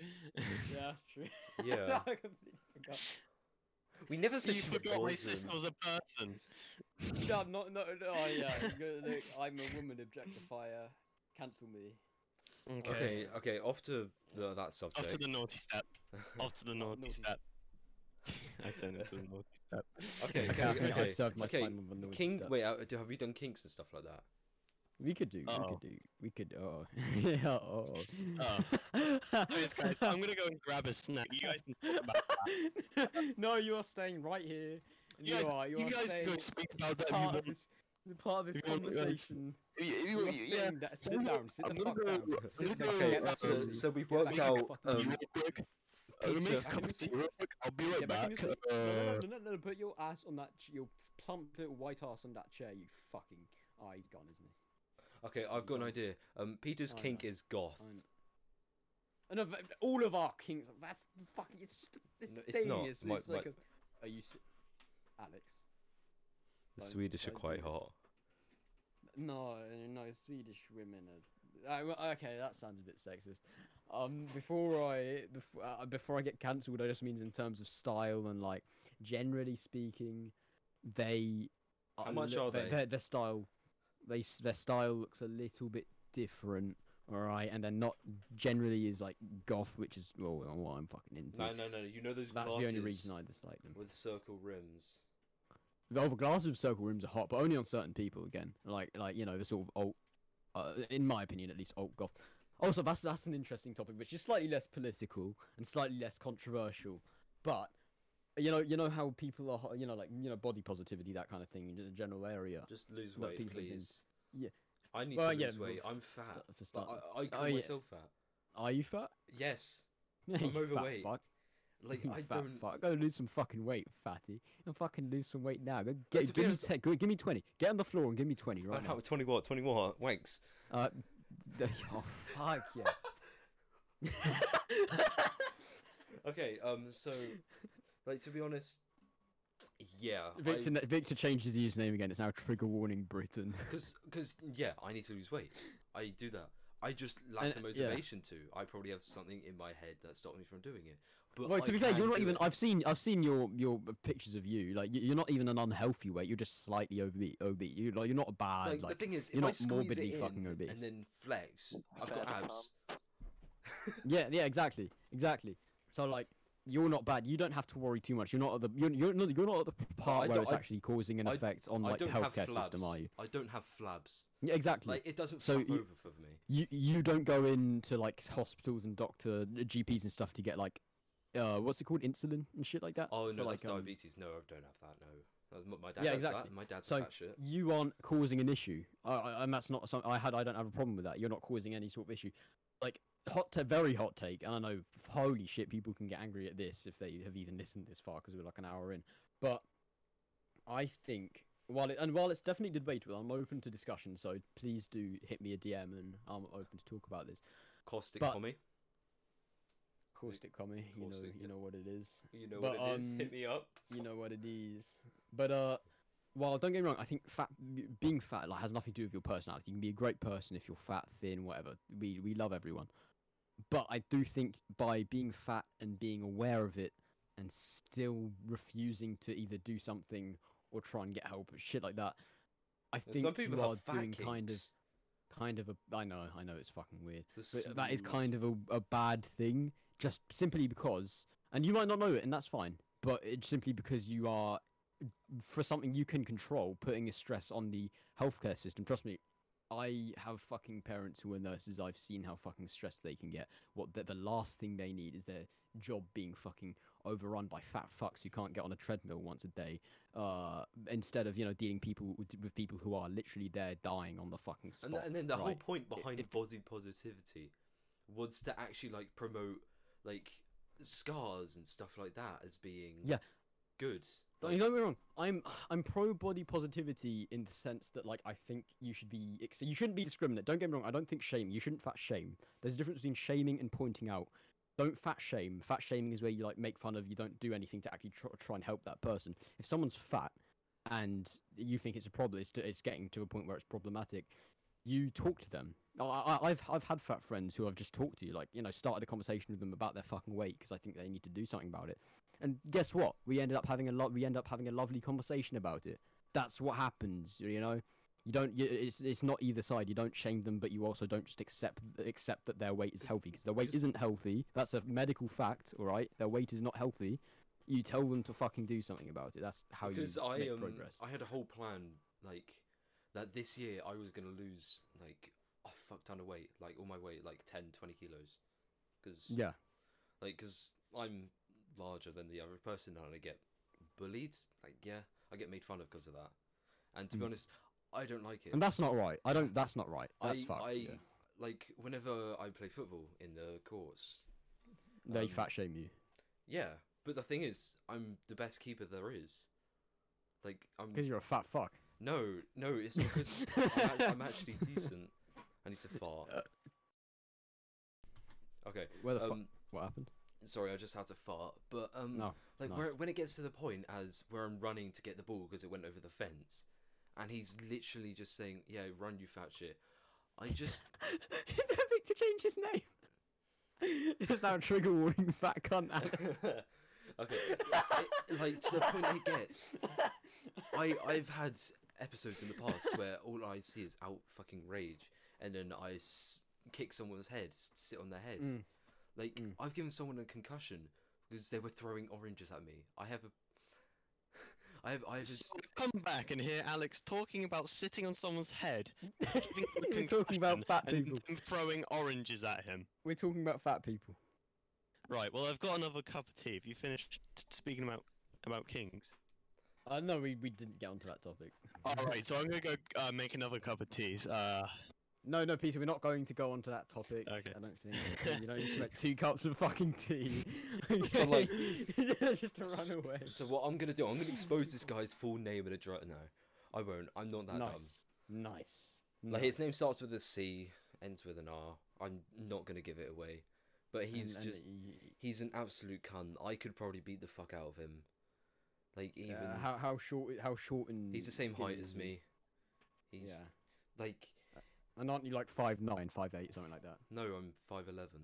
that's true. Yeah, we never said you she forgot my was sister him. was a person. No, I'm not. No, no. Oh yeah, Look, I'm a woman objectifier. Cancel me. Okay. Okay, okay, off to the, that subject. Off to the naughty step. Off to the naughty naughty. step. I sent it to the naughty step. Okay, Okay, I think okay, I've served my okay, time on the naughty King, stuff. wait, uh, do- have you done kinks and stuff like that? We could do. We Uh-oh. could do. We could. Oh. yeah. Oh. Please, guys, I'm gonna go and grab a snack. You guys, can- no, you are staying right here. and You guys- are. you guys can go staying speak about that if you part of want. this, the part of this If you want me to answer. conversation. You- you- You are you- yeah. staying that- I'm Sit gonna- down. Sit I'm the gonna fuck go- down. I'm Sit gonna down. go, Get uh, back to so, me. so we've Get worked back out. in the Um, fucking seat. Real quick, Uh, I'm gonna Peter- make a cup of tea real quick. I'll be right Get back in back. your seat. No, no, no, Uh, no, no, no, Put your ass on that. ch- Your plump little white ass on that chair. You fucking. Oh, he's gone, isn't he? okay, I've got an idea. Um, Peter's I know. kink is goth. I know. I know, but all of our kings. That's the fucking. It's just this No, it's thing. not. It's, My- it's like my- a. Are you, s- Alex? The Don't- Swedish are don't do quite this. hot. No, no, Swedish women are. I, well, okay, that sounds a bit sexist. Um, before I before, uh, before I get cancelled, I just means in terms of style and like generally speaking, they. How much li- are their- they? Their, their style, they s- their style looks a little bit different. All right, and they're not generally is like goth, which is well, what I'm fucking into. No, no, no. You know those That's glasses the only reason I dislike them. with circle rims. Velvet glasses with circle rims are hot, but only on certain people. Again, like like you know the sort of alt, uh, in my opinion at least, alt goth. Also, that's that's an interesting topic, which is slightly less political and slightly less controversial. But you know you know how people are ho- you know like you know body positivity that kind of thing in the general area. Just lose Not weight, people in- please. yeah. I need Well, to yeah, lose weight. well, I'm for fat. sta- for But starters. I, I call Oh, yeah. myself fat. Are you fat? Yes. Yeah, I'm you overweight. Fat fuck. Like You I fat don't. fuck. Go lose some fucking weight, fatty. And fucking lose some weight now. Go get, to be give honest- me ten. Go, give me twenty. Get on the floor and give me twenty I right now. know. Twenty what? Twenty what? Wanks. Uh, th- oh fuck yes. Okay. Um. So, like, to be honest, yeah. Victor, ne- Victor changed his username again. It's now Trigger Warning Britain. Because, because, yeah, I need to lose weight. I do that. I just lack And, the uh, yeah. motivation to. I probably have something in my head that stops me from doing it. But well, to I be fair, can you're not do even. it. I've seen, I've seen your your pictures of you. Like you- you're not even an unhealthy weight. You're just slightly obese. obese. You like you're not bad. Like, Like, the thing is, you're if I not squeeze morbidly it fucking in obese. and then flex, I've got Fat abs. yeah, yeah, exactly, exactly. So like. You're not bad. You don't have to worry too much. You're not at the you're, you're not you're not at the I part where don't- it's I- actually causing an I- effect on I like the don't have healthcare flabs. system, are you? I don't have flabs. Yeah, exactly. Like it doesn't So flap you- over for me. you you don't go into like hospitals and doctor GPs and stuff to get like uh what's it called insulin and shit like that. Oh for, no, like, that's um, diabetes. No, I don't have that. No, That's m- my dad Yeah, has exactly. that. My dad's So, a fat shit. You aren't causing an issue, I, I, and that's not something I had. I don't have a problem with that. You're not causing any sort of issue. Like hot, ta- very hot take, and I know holy shit, people can get angry at this if they have even listened this far because we're like an hour in. But I think while it, and while it's definitely debatable, I'm open to discussion. So please do hit me a DM, and I'm open to talk about this. Caustic but- commie. Caustic commie, you know, Caustic, yeah. you know what it is. You know but, what it is. um, Hit me up. you know what it is. But uh, well, don't get me wrong. I think fat, b- being fat, like, has nothing to do with your personality. You can be a great person if you're fat, thin, whatever. We we love everyone. But I do think by being fat and being aware of it, and still refusing to either do something or try and get help, shit like that, I And think Some people you are have fat doing kind of kinks. kind of a. I know, I know, it's fucking weird. The But that is small- kind of a, a bad thing, just simply because, and you might not know it, and that's fine, but it's simply because you are, for something you can control, putting a stress on the healthcare system. Trust me, I have fucking parents who are nurses. I've seen how fucking stressed they can get. What the, the last thing they need is their job being fucking overrun by fat fucks who can't get on a treadmill once a day. Uh, instead of you know dealing people with, with people who are literally there dying on the fucking spot. And, th- and then the whole right? point behind if- body positivity was to actually like promote like scars and stuff like that as being Yeah. good. Don't, Like, don't get me wrong. I'm I'm pro body positivity in the sense that like I think you should be ex- you shouldn't be discriminate. Don't get me wrong. I don't think shame. You shouldn't fat shame. There's a difference between shaming and pointing out. Don't fat shame. Fat shaming is where you like make fun of. You don't do anything to actually try, try and help that person. If someone's fat and you think it's a problem, it's, it's getting to a point where it's problematic. You talk to them. I, I, I've I've had fat friends who I've just talked to, like you know, started a conversation with them about their fucking weight because I think they need to do something about it. And guess what? We ended up having a lot. We end up having a lovely conversation about it. That's what happens, you know. You don't. You, it's it's not either side. You don't shame them, but you also don't just accept accept that their weight is Just- healthy because their weight just- isn't healthy. That's a medical fact, all right. Their weight is not healthy. You tell them to fucking do something about it. That's how because Oh, you I make um progress. I had a whole plan like that this year I was gonna lose like a fuck ton of weight, like all my weight, like 10, 20 kilos. Because Yeah, like because I'm larger than the other person and I get bullied. Like yeah, I get made fun of because of that. And to be Mm. honest, I don't like it. and that's not right. I don't. That's not right. That's I, fucked. I yeah. like whenever I play football in the course. They um, fat shame you Yeah, but the thing is, I'm the best keeper there is. Like I'm because you're a fat fuck. no, no. It's because I'm, act- I'm actually decent. I need to fart. Uh, Okay. Where the fuck? Um, What happened? sorry, I just had to fart. But um, No, like nice. where when it gets to the point as where I'm running to get the ball because it went over the fence, and he's literally just saying, "Yeah, run, you fat shit." I just Perfect to change his name. It's now trigger warning fat cunt. Alex. okay, it- like to the point it gets. I I've had episodes in the past where all I see is out fucking rage, and then I s- kick someone's head, s- sit on their head. Mm. Like Mm. I've given someone a concussion because they were throwing oranges at me. I have a, I have I have. A, s- So I come back and hear Alex talking about sitting on someone's head, giving him a We're talking about concussion, fat and people. them throwing oranges at him. We're talking about fat people. Right. Well, I've got another cup of tea. Have you finished t- speaking about about kings? Uh, no, we, we didn't get onto that topic. All right. So I'm gonna go uh, make another cup of tea. Uh, No, no, Peter, we're not going to go onto that topic. Okay. I don't think so. you don't need to make two cups of fucking tea. So, like- Okay? just to run away. so what I'm gonna do? I'm gonna expose this guy's full name and address. No, I won't. I'm not that dumb. Nice. nice, Like his nice. name starts with a C, ends with an R. I'm not gonna give it away, but And- he's and just y- he's an absolute cunt. I could probably beat the fuck out of him. Like even uh, how how short how short and he's the same skinny height is as he? me. He's Yeah, like and aren't you like five nine, five eight, something like that? no, I'm five eleven.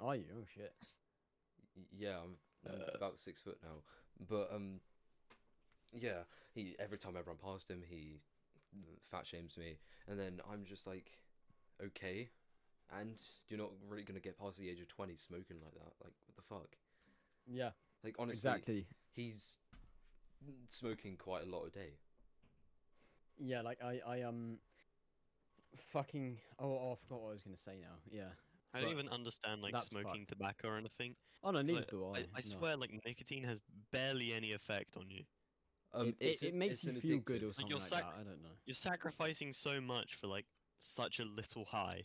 Are you? Oh shit. Yeah, I'm, I'm Uh. about six foot now. But um, yeah, he every time I run past him, he fat shames me, and then I'm just like, okay, and you're not really gonna get past the age of twenty smoking like that. Like what the fuck? Yeah, Like honestly, exactly. he's smoking quite a lot a day. Yeah, like I I um, fucking oh, oh I forgot what I was gonna say now. Yeah. I don't Right. even understand like That's smoking fucked. tobacco or anything. Oh no, It's neither like, do I. I, I no. swear, like nicotine has barely any effect on you. Um, it, it's it, a- it makes it's you an feel good addictive- or something you're like sac- that. I don't know. You're sacrificing so much for like such a little high.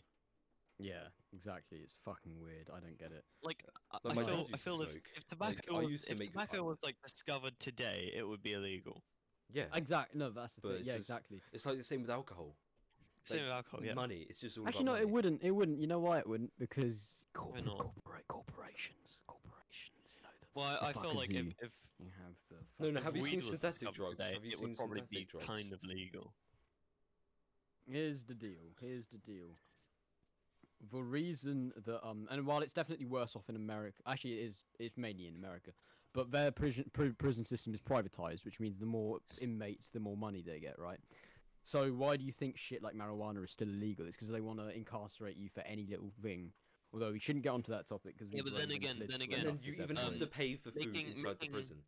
Yeah, exactly. It's fucking weird. I don't get it. Like I, Like, I my feel, dad I used to feel if, smoke. if Like, I tobacco, was- used to if make a pipe. tobacco was like discovered today, it would be illegal. Yeah, Exactly. No, that's the But thing. it's Yeah, just- exactly. it's like the same with alcohol. Same with alcohol. Yeah. Money, it's just all Actually, no, about it money. wouldn't. It wouldn't. You know why it wouldn't? Because corporate, not? corporate corporations, corporations. You know the Well, I, I feel fuckers like if, who- if You have the. No, no, fucking- have you weed seen was synthetic discovered drugs? today, Have you it seen would probably be synthetic drugs? kind of legal. Here's the deal. Here's the deal. The reason that um, and while it's definitely worse off in America, actually it is. It's mainly in America, but their prison pri- prison system is privatized, which means the more inmates, the more money they get, right? So why do you think shit like marijuana is still illegal? It's because they want to incarcerate you for any little thing. Although we shouldn't get onto that topic because Yeah, but then again- then again- And Yeah, then you even have to definitely. pay for food Making- inside the making- prison.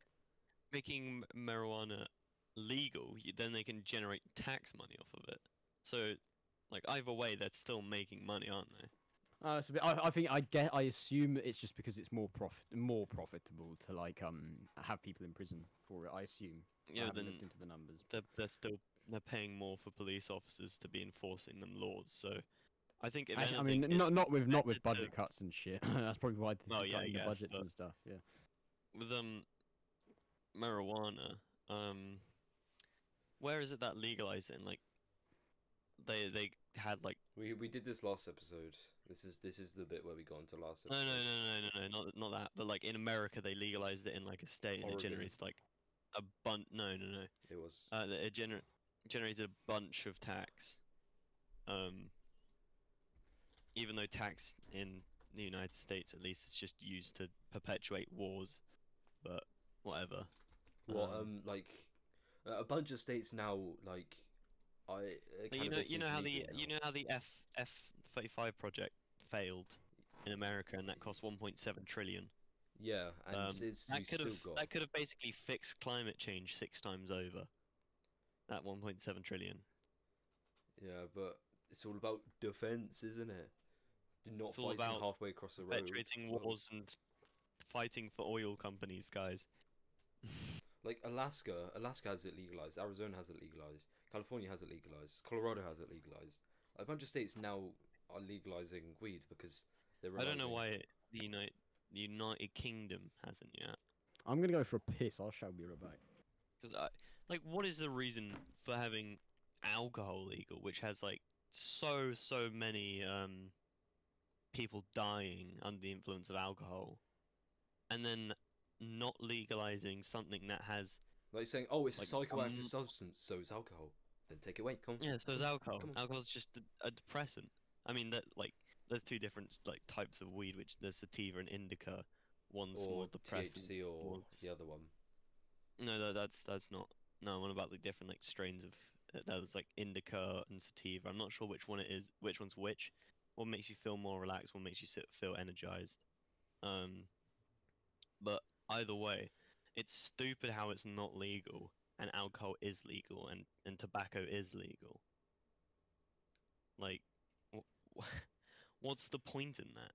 Making m- marijuana legal, y then they can generate tax money off of it. So, like either way, they're still making money, aren't they? Uh, it's a bit- I, I think I get. I assume it's just because it's more profit, more profitable to like um have people in prison for it. I assume. I Yeah, haven't then looked into the numbers. they're, they're still they're paying more for police officers to be enforcing them laws. So, I think if I, I anything, mean, it- not not with not with better to- budget cuts and shit. That's probably why they're Well, yeah, I cutting guess, the budgets but- and stuff. Yeah. with um marijuana, um, where is it that legalized in? Like, they they had like We we did this last episode. This is this is the bit where we got into last no episode. no no no no no not not that, but like in America they legalized it in like a state and Oregon. it generated like a bunch. No no no, It was uh, th- it gener- generated a bunch of tax. Um, even though tax in the United States, at least, is just used to perpetuate wars, but whatever. what um, um like a a bunch of states now like I uh, But you know, cannabis you is know how the legal you now. know how the F F thirty five project failed in America, and that cost one point seven trillion. yeah, and um, it's That you could still have got that could have basically fixed climate change six times over. That one point seven trillion. yeah, but it's all about defense, isn't it? Do not It's all fighting about halfway across the road. Perpetuating Well, wars and fighting for oil companies, guys. Like Alaska, Alaska has it legalized. Arizona has it legalized. California has it legalized. Colorado has it legalized. A bunch of states now are legalizing weed because they're. I don't know realising- why the United the United Kingdom hasn't yet. I'm gonna go for a piss. I shall be right back. Because I like, what is the reason for having alcohol legal, which has like so so many um people dying under the influence of alcohol, and then not legalizing something that has Like saying, oh, it's Like, a psychoactive um, substance, so it's alcohol. Then take it away. Come on. Yeah, so is alcohol. Come on. Alcohol's just a, a depressant. I mean that like there's two different like types of weed, which there's sativa and indica. One's Or more depressant. THC or towards- the other one. No, that, that's that's not. No, I'm on about the different like strains of uh, there's like indica and sativa. I'm not sure which one it is, which one's which. What makes you feel more relaxed? What makes you sit, feel energized? Um, but either way, it's stupid how it's not legal, and alcohol is legal, and and tobacco is legal. Like, wh- what's the point in that?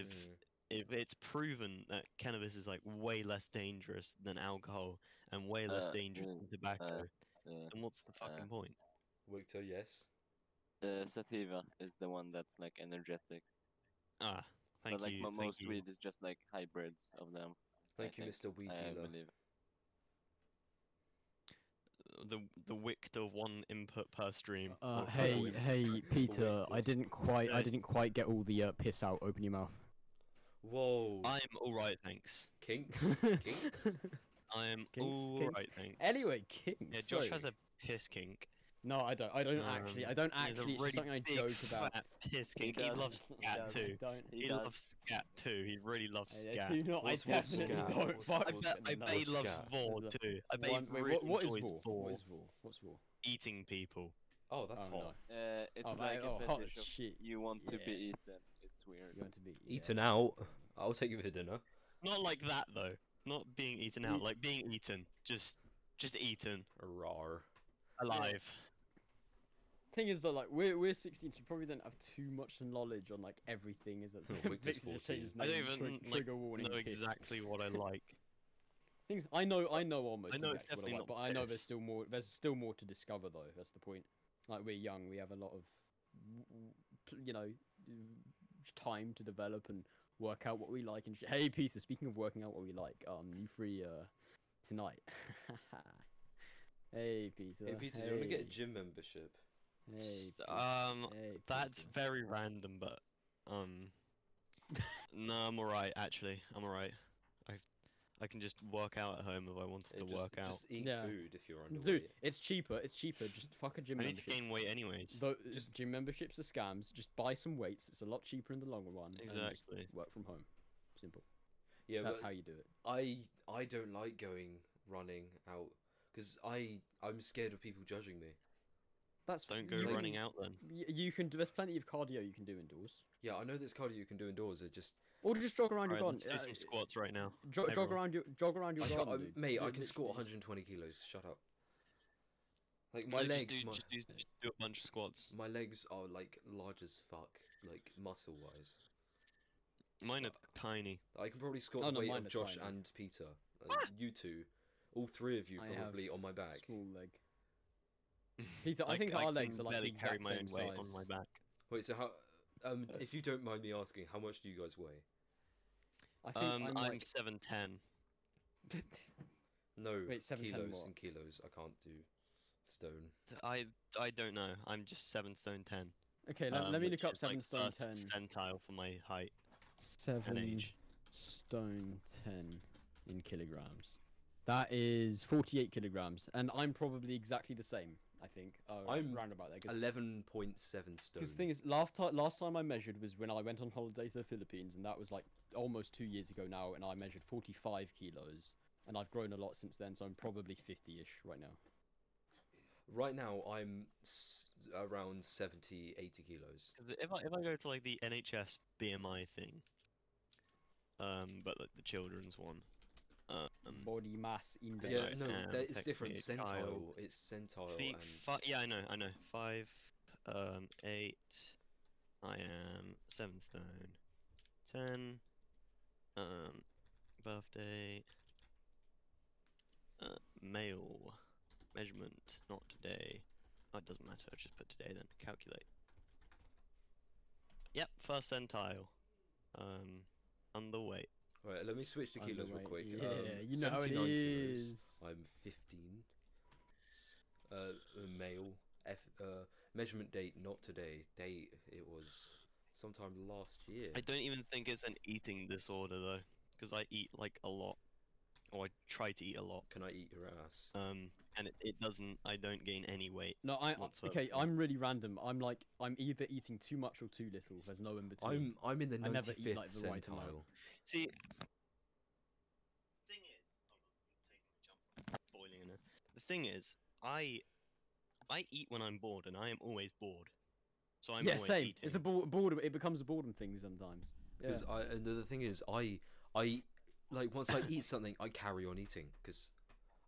If Mm. if it's proven that cannabis is like way less dangerous than alcohol and way less Uh, dangerous mm, than tobacco, Yeah. then what's the uh, fucking point? Victor, yes. Uh, sativa is the one that's like energetic, Ah, thank but like you. mo- thank most you. weed is just like hybrids of them. Thank you, think Mr. Weed I Dealer. believe. the the Wictor one input per stream. Uh, or per hey, win. hey, Peter, I wait. didn't quite, I Hey. didn't quite get all the uh, piss out. Open your mouth. Whoa. I'm all right, thanks. Kinks. Kinks. I'm Kinks, all kinks. right, thanks. Anyway, King. yeah, Josh has a piss kink. No, I don't. I don't actually. I don't He's a actually. It's really just something I big joke about. fat piss He kink. He, does. loves He scat does, I too. don't. He He, does. loves scat too. He really loves I- I scat. do not. What's- I what's definitely scat? don't. What's- fuck I was bet, with I it, no. bet he loves scat. Vor There's a- too. I bet One- he wait, really what, what is enjoys war? Vor. What is war? What's war? eating people. Oh, that's oh, hot. no. Uh, it's oh, man, like oh, a hot as fetish of shit. You you want to be Yeah. eaten. It's weird. want to be yeah. Eaten out. I'll take you for dinner. Not like that though. Not being eaten out. Like being eaten. Just, just eaten Rar. alive. Thing is, though, like we're we're 16, so we probably don't have too much knowledge on like everything. Is it? Wicked Victor just changed his I name. don't even tri- like, trigger warning. know piss. exactly what I like. Things I know, I know almost. I know it's definitely exactly what like, not but I know there's piss. still more. There's still more to discover, though. That's the point. Like we're young, we have a lot of, w- w- p- you know, uh, time to develop and work out what we like. And sh- hey, Peter, speaking of working out what we like, um, you free uh tonight? hey, Peter. Hey, Peter, do you want to get uh, a hey, gym membership? Hey, St- Peter, um, hey, that's Peter. very random, but um, no, I'm alright actually. I'm alright. I, I can just work out at home if I wanted Yeah, to just, work out. Just eat Yeah. food if you're underweight. Dude, it's cheaper. It's cheaper. Just fuck a gym I need to membership. gain weight anyways. Though Just- gym memberships are scams. Just buy some weights. It's a lot cheaper in the long run. and just Exactly. work from home. Simple. yeah, That's but how you do it. I I don't like going running out because I I'm scared of people judging me. That's Don't go you running can- out then. y- You can. do- There's plenty of cardio you can do indoors, Yeah, I know there's cardio you can do indoors. It just or just jog Alright, around your garden. let's do some uh, squats right now. jo- jog everyone. around your jog around your I can't, I, garden, dude. mate. I Dude, can squat literally just- 120 kilos. Shut up. Like my No, legs, Just do, my, just, do, just do a bunch of squats. my legs are like large as fuck, like muscle wise. Mine are tiny. I can probably squat Oh, the no, weight mine of are Josh tiny. and Peter, and Ah! you two, all three of you I have probably on my back. Small leg. Peter, I think our legs can are like the barely carry exact my same own weight on size. my back. Wait, so how? Um, if you don't mind me asking, how much do you guys weigh? I think Um, I'm, I'm like. seven ten. No, Wait, 7, 10 kilos what? and kilos. I can't do stone. I I don't know. I'm just seven stone ten. okay, let, let um, me which look up is, seven like, stone first ten. centile for my height Seven and age. stone 10 in kilograms. That is 48 kilograms, and I'm probably exactly the same, I think. Uh, I'm round about there. 'cause- Eleven point seven stone. Because the thing is, last time last time I measured was when I went on holiday to the Philippines, and that was like almost two years ago now, and I measured forty five kilos, and I've grown a lot since then, so I'm probably fifty ish right now. Right now, I'm s- around 70, 80 kilos. Because if I if I go to like the NHS BMI thing, um, but like the children's one, um, Body mass index. Hmm. Yeah, I no, am that it's different. technically a Centile, child. it's centile, feet, and fi- yeah, I know, I know, five, um, eight, I am seven stone, ten, um, birthday, uh, male, measurement, not today. Oh, it doesn't matter. I just put today then. Calculate. Yep, first centile. Um, underweight. Alright, let me switch to kilos real Underweight, quick. Yeah, um, you know how it 79 kilos. is. I'm 15. Uh, a male. F, uh, measurement date not today. Date it was sometime last year. I don't even think it's an eating disorder though, because I eat like a lot. or I try to eat a lot. Can I eat your ass? Um, and it, it doesn't. I don't gain any weight. No, I I- whatsoever. okay. I'm really random. I'm like I'm either eating too much or too little. There's no in between. I'm I'm in the I ninety never eat, fifth like, the right amount. centile. See, thing is, I'm taking a jump from boiling in it. The thing is, I I eat when I'm bored, and I am always bored. So I'm yeah, always same. eating. It's a bo- boredom. It becomes a boredom thing sometimes. Yeah. Because I and the the thing is, I I like once I eat something, I carry on eating because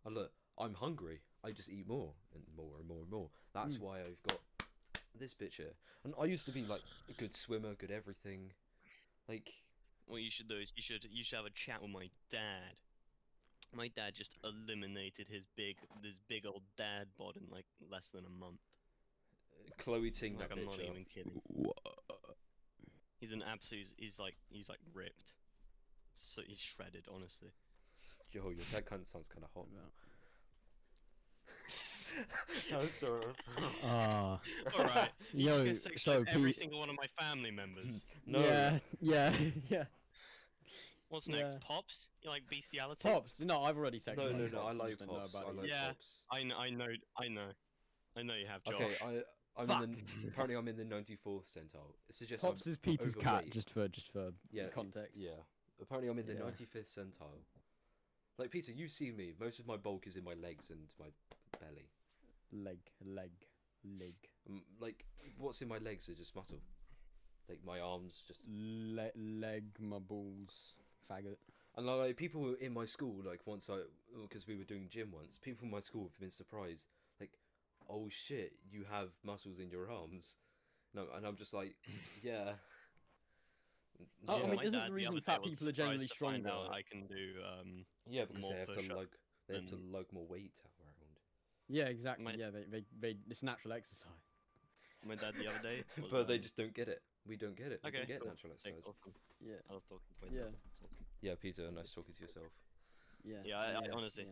I look, I'm hungry. I just eat more and more and more and more. That's Mm. why I've got this bitch here. And I used to be like a good swimmer, good everything. Like What you should do is you should you should have a chat with my dad. My dad just eliminated his big this big old dad bod in like less than a month. Chloe Ting, Like that I'm bitch not up. even kidding. He's an absolute. He's like he's like ripped. So he's shredded, honestly. Yo, your dad kind of sounds kind of hot. Ah, All right. You yo. just gonna So sexualise every Pete- single one of my family members. no. yeah, yeah, yeah. What's next? Yeah. Pops? You like bestiality? Pops. No, I've already said. No, no, no. I Pops, like just don't know pops. about I it like yet. Yeah. pops. I know. I know. I know. I know you have Josh. Okay, I, I'm in the, Fuck. apparently I'm in the 94th centile. It suggests Pops I'm, is Peter's cat. overweight. Just for just for yeah, context. yeah. Apparently I'm in the Yeah. 95th centile. Like Peter, you see me. Most of my bulk is in my legs and my belly. Leg, leg, leg, Um, like what's in my legs is just muscle. Like my arms, just le- leg, my balls, faggot. and like people were in my school. Like once I, because we were doing gym once, people in my school have been surprised. Like, oh shit, you have muscles in your arms. No, and I'm just like, yeah. Oh, I yeah. mean, my isn't the dad reason other day fat was people are generally surprised to find strong now? out I can do. Um, Yeah, because more they have to push-up lug they have to and- lug more weight around. Yeah, exactly. My- Yeah, they, they, they, it's natural exercise. my dad the other day. was, but they um, just don't get it. We don't get it. We Okay, don't get cool. natural sick, exercise. awesome. Yeah, I love talking to myself. It's awesome. Yeah, Peter, nice talking to yourself. yeah. Yeah, I- I honestly-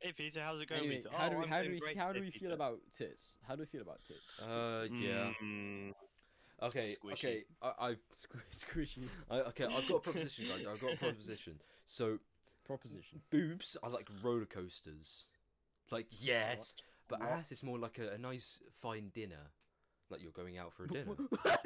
Hey Peter, how's it going? Anyway, Peter? how oh, do we, I'm how do doing we, great how do today, we feel Peter." about tits? How do we feel about tits? Uh, yeah. Hmm. Mm, Okay, Squishy. okay. I, I've Squ- Squishy I, okay. I've got a proposition, guys. I've got a proposition. So proposition. boobs are like roller coasters. Like yes, but What? ass is more like a, a nice fine dinner. Like you're going out for a dinner. I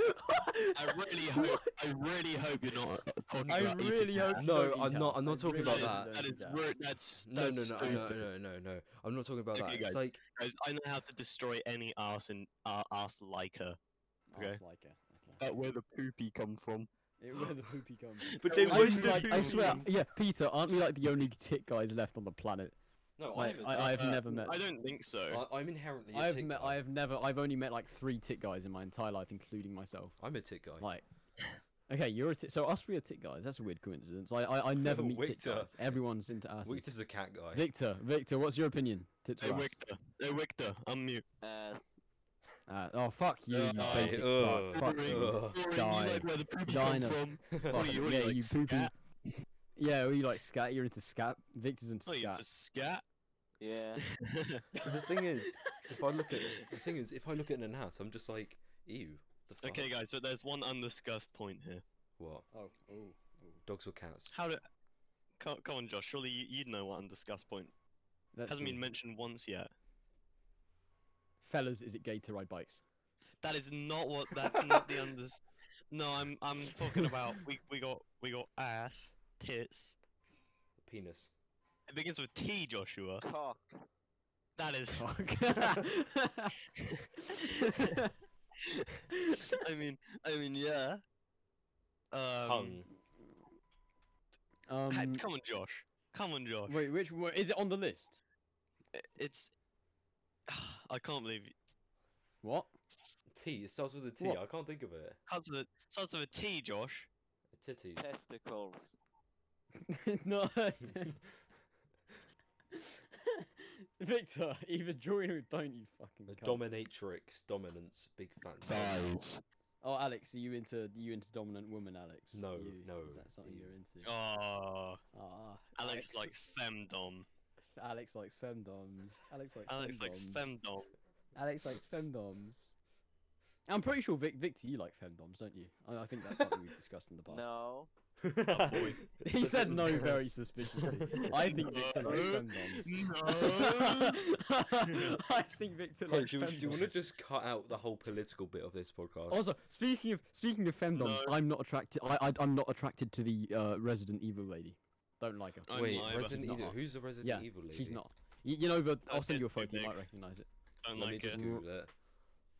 I really hope. I really hope you're not talking I about eating really hope. ass. you No, don't eat I'm not- ass. I'm not I talking really about hope that. That you don't is eat ass. word. That's No, no, that's no, I- no, stupid. no, no, no. I'm not talking about Okay, that. It's guys. like Guys, I know how to destroy any arse and uh, arse liker. Okay. Ass like a- okay. About where the poopy come from. It- Where the poopy comes. But they Aren't wish we the like, I poopy swear, come- yeah, Peter, aren't we like the only tit guys left on the planet? no, Like, I'm, I, I have Uh, never met. I don't think so. I, I'm inherently. a I have tit met. guy. I have never. I've only met like three tit guys in my entire life, including myself. I'm a tit guy. Like, okay, you're a tit. So us three are tit guys. That's a weird coincidence. I I, I never meet tit Victor. guys. Everyone's into ass. Wictor's a cat guy. Victor, Victor, what's your opinion? Tits Hey or ass? Victor. Hey Victor. Unmute. Ass. Uh, oh fuck you, you Uh, basic uh, fuck. Fuck you. uh. Lauren, you Die. like where the poopy come Diner. from? Fuck you- what it. are yeah, you, like, you poopy. scat? Yeah, well, you like scat. You're into scat. Victor's into Oh, you scat. to scat. Yeah. the thing is, if I look at the thing is, if I look at an ass, I'm just like, ew. The fuck? okay, guys, but there's one undiscussed point here. What? Oh, oh, Dogs or cats? How do? Come, come on, Josh. Surely you, you'd know what undiscussed point That's hasn't been me. mentioned once yet. Fellas, is it gay to ride bikes? That is not what. That's not the under. No, I'm I'm talking about we we got we got ass tits. Penis. It begins with T, Joshua. Cock. That is. Fuck. I mean, I mean, yeah. Um, Tongue. ha- um, come on, Josh. Come on, Josh. wait, which one is it on the list? I- It's. I can't believe it. What? T. It starts with a T. What? I can't think of it. Starts with a, starts with a T, Josh. Titties. Testicles. no. Victor, either join or don't you fucking. A cunt. dominatrix. Dominance. Big fat. Oh, Alex, are you into are you into dominant woman, Alex? No, You- no, Is that something ew. you're into? Oh, Ah, Alex likes femdom. Alex likes femdoms. Alex likes. Alex femdoms. likes femdom. Alex likes femdoms. I'm pretty sure Vic, Victor, you like femdoms, don't you? I, I think that's something we've discussed in the past. No. boy. He said no very suspiciously. I think Victor likes No. pen bombs. No. I think Victor Hey, likes do, we- pen do you want to bombs. just cut out the whole political bit of this podcast? Also, speaking of speaking of femdoms, No. I'm not attracted. I, I I'm not attracted to the uh, Resident Evil lady. Don't like her. I'm Wait, liable. Resident She's Evil. not. Who's the Resident Yeah, Evil lady? She's not. You, you know, the, I'll Okay, send you a it's too photo. You big. might recognize it. Don't Let me like just it. Google it.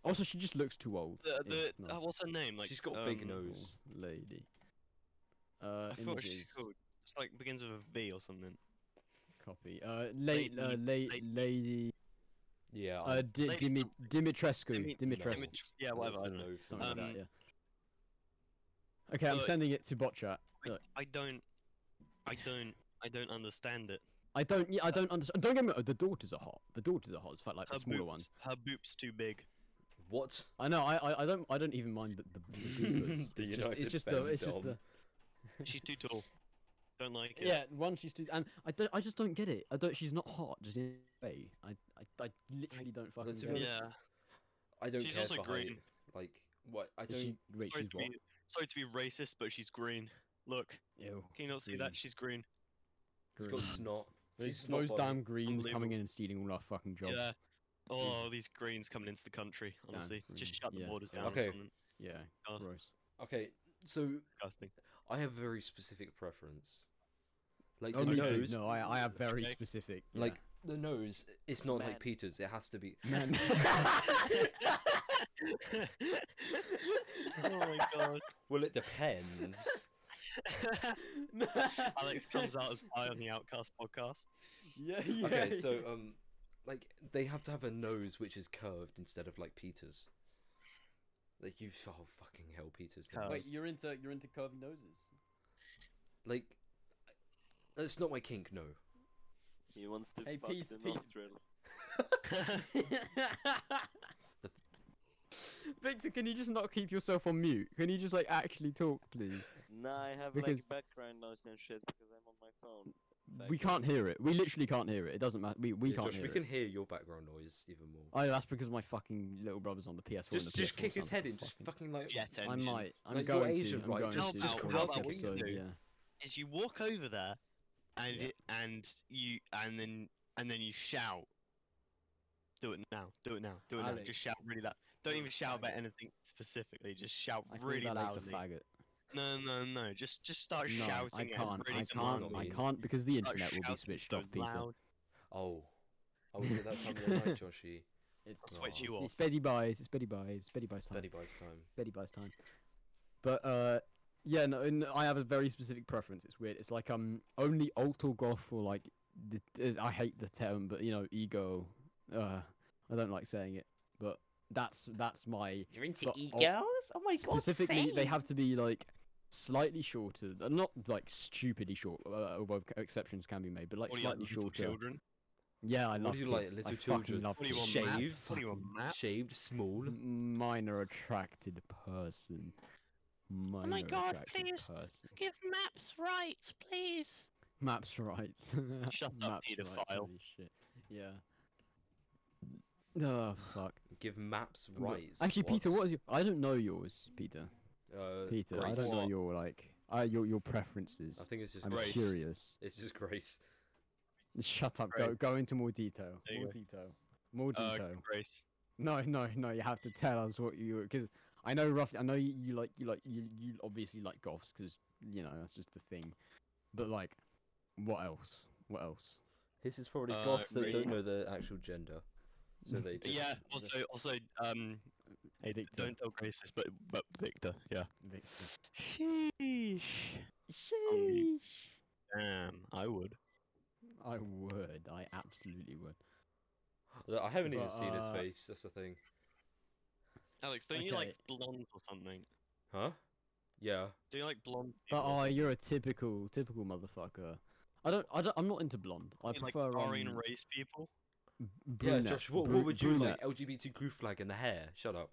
Also, she just looks too old. The, It's the, not uh, what's her name? Like she's got a big um, nose. lady. Uh, I forgot she's images, called. It's like begins with a V or something. Copy. Uh, late, Lady- uh, late, late- lady. Yeah. I- Uh, Di- Lady Dimi- Dimitrescu. Dimi- Dimitrescu. Image, yeah, that's whatever. I a don't know. no for Something me. like that. Um, Yeah. Okay, I'm look- sending it to bot chat. I, Look, I don't. I don't. I don't understand it. I don't. Yeah, I don't understand. Don't get me. The daughters are hot. The daughters are hot. It's like Her the smaller boobs. ones. Her boobs too big. What? I know. I, I. I don't. I don't even mind the. the, the boobers. The it's just, United it's just the. It's just Femdom. the. She's too tall. Don't like it. Yeah, one she's too, and I don't, I just don't get it. I don't. She's not hot. Just in a way. I, I, I literally don't fucking. to get be it. honest, Yeah. I don't She's care also for height. green. Like what? I Is don't. she, wait, Sorry she's to, what? be, sorry to be racist, but she's green. Look, Ew, can you not see Green. that? She's green. She's got greens. snot. Those, She's snot those bottom. damn greens coming in and stealing all our fucking jobs. Yeah. Oh, all these greens coming into the country. Damn Honestly, just greens, shut the yeah. borders Yeah. down. Okay. Or something. Yeah. Uh, Oh. gross. Okay, so Disgusting. I have a very specific preference. Like Oh, the me too. nose. No, I, I have very Okay. specific. yeah. Like the nose. It's not Man. like Peter's. It has to be. Man. oh my god. Well, it depends. Alex comes out as I on the Outcast podcast. yeah, yeah. okay, so um, like they have to have a nose which is curved instead of like Peter's. Like you, oh fucking hell, Peter's. nose. Curved. wait, you're into you're into curvy noses. Like, that's not my kink. No. He wants to Hey, fuck Pete, the Pete. nostrils. Victor, can you just not keep yourself on mute? Can you just like actually talk, please? Nah, I have Because- like background noise and shit because I'm on my phone. We can't hear it. We literally can't hear it. It doesn't matter. We we Yeah, can't Josh, hear we it. can hear your background noise even more. Oh, that's because my fucking little brother's on the PS4. and just, the just PS4 kick his sounds head in. Just fucking- fucking like. Jet I engine. might. I'm Like, you're going Asian, to. I'm right? going Just- to. just for call the out next what you episode, do. Yeah. Is you walk over there, and Yeah. it, and you and then and then you shout. Do it now. Do it now. Do it now. Alex, Just shout really loud. Don't you're a even shout about faggot. anything specifically. Just shout I called really Alex loudly. a faggot. No, no, no. Just just start No, shouting. I at can't. everybody I that's on the can't. not I mean. line. can't because the Start internet will be shouting switched so off, Peter. loud. Oh, I was at that time of the night, Joshy. It's Switch it's- you It's off. Betty buys. It's Betty buys. Betty buys It's time. Betty Boy's time. Betty buys time. But uh, yeah, no, and I have a very specific preference. It's weird. It's like um, only alt or goth or like the, is- I hate the term, but you know, ego. Uh, I don't like saying it, but that's that's my You're into But e I'll- girls? Oh my god. specifically. They same. have to be like slightly shorter, uh, not like stupidly short. Uh, although c- exceptions can be made, but like What do you like, slightly little shorter. Children. Yeah, I What love. do you like, kids. little I fucking children? Love What do you kids. want, Matt? Shaved. What do you want, Matt? Shaved, small. Mm. minor attracted person. Minor Oh God, attracted please. Person. Give maps rights, please. Maps rights. Shut up, Maps rights, paedophile. holy shit. Yeah. Oh fuck. Give maps But- rights. Actually, Peter, what What's- is your? I don't know yours, Peter. Uh, Peter, I Grace. don't know What? your like. Uh, your your preferences. I think it's just I'm Grace. curious. It's just Grace. Shut up. Go Grace. go into more detail. There you More go. detail. More Uh, detail. Grace. No, no, no. You have to tell us what you because I know roughly. I know you, you like you like you you obviously like goths because you know that's just the thing. But like, what else? What else? His is probably Uh, goths that Grace. don't know their actual gender, so they. Just, Yeah. Also, also, um, Hey, Victor. don't tell Grace this, but but Victor. Yeah. Victor. Sheesh. Sheesh. Damn, I would. I would. I absolutely would. Look, I haven't even But, seen his uh, face. That's the thing. Alex, don't you like Okay. blondes or something? Huh? Yeah. Do you like blonde? But people? oh, you're a typical typical motherfucker. I don't. I don't. I'm not into blonde. I You prefer like Aryan um, race people. brunette. yeah, Josh. What, Bru- what would you brunette. like? LGBTQ flag and the hair. Shut up.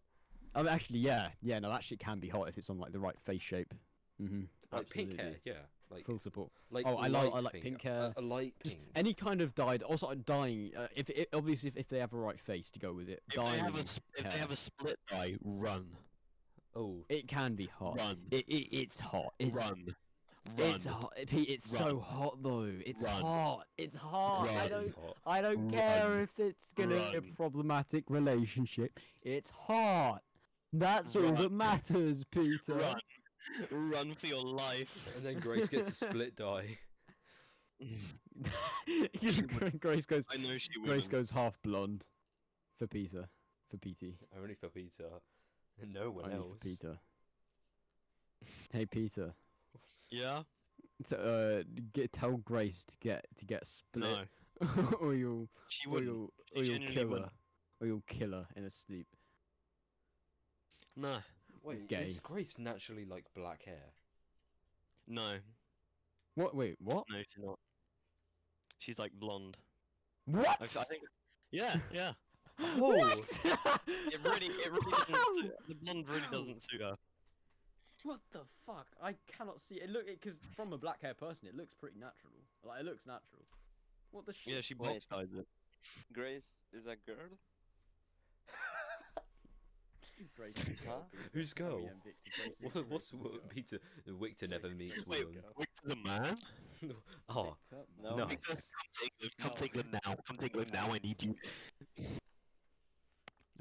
I mean, actually, yeah, yeah. No, actually, it can be hot if it's on like the right face shape. Mm-hmm. Like pink hair. Yeah. Like Full support. like Oh, I like- I light like pink a- hair. A, light Just pink. any kind of dye. Also, uh, dyeing. Uh, if it, obviously, if, if they have a right face to go with it, If they dyeing. have a s- if they hair. have a split eye, run, Oh. Oh, It can be hot. run, It, it it's hot. It's run. Run. It's hot, Pete. It's so Run. hot though. It's Run. hot. It's hot. Oh, I Run. don't. It's hot. I don't care Run. if it's gonna be a Run. problematic relationship. It's hot. That's all Run. that matters, Peter. Run. Run for your life. And then Grace gets a split die. Grace goes. I know she will. Grace goes half blonde for Peter. For PT. Only for Peter. And no one Only else. for Peter. Hey Peter. Yeah? To, uh, get, tell Grace to get to get No. split, or you'll She or wouldn't. you'll or you'll genuinely kill her, wouldn't. or you'll kill her in her sleep. Nah. Wait, Gay. is Grace naturally like black hair? No. What? Wait, what? No, she's not. She's like blonde. What? I, I think. Yeah, yeah. What? It really, it really How? doesn't. Suit, the blonde really How? doesn't suit her. What the fuck? I cannot see it. Look, because from a black hair person, it looks pretty natural. Like it looks natural. What the shit? Yeah, she Wait. box ties it. Grace is a girl? Grace is Huh? girl, Peter. Who's Harry girl? and Victor, Grace is- What, what's Grace is wo- girl. Peter? Victor never Grace- meets Grace is Wait, woman. Victor's a man. Oh, Victor, No. man. Victor. nice. Come No. take them now. Come take them now. I need you.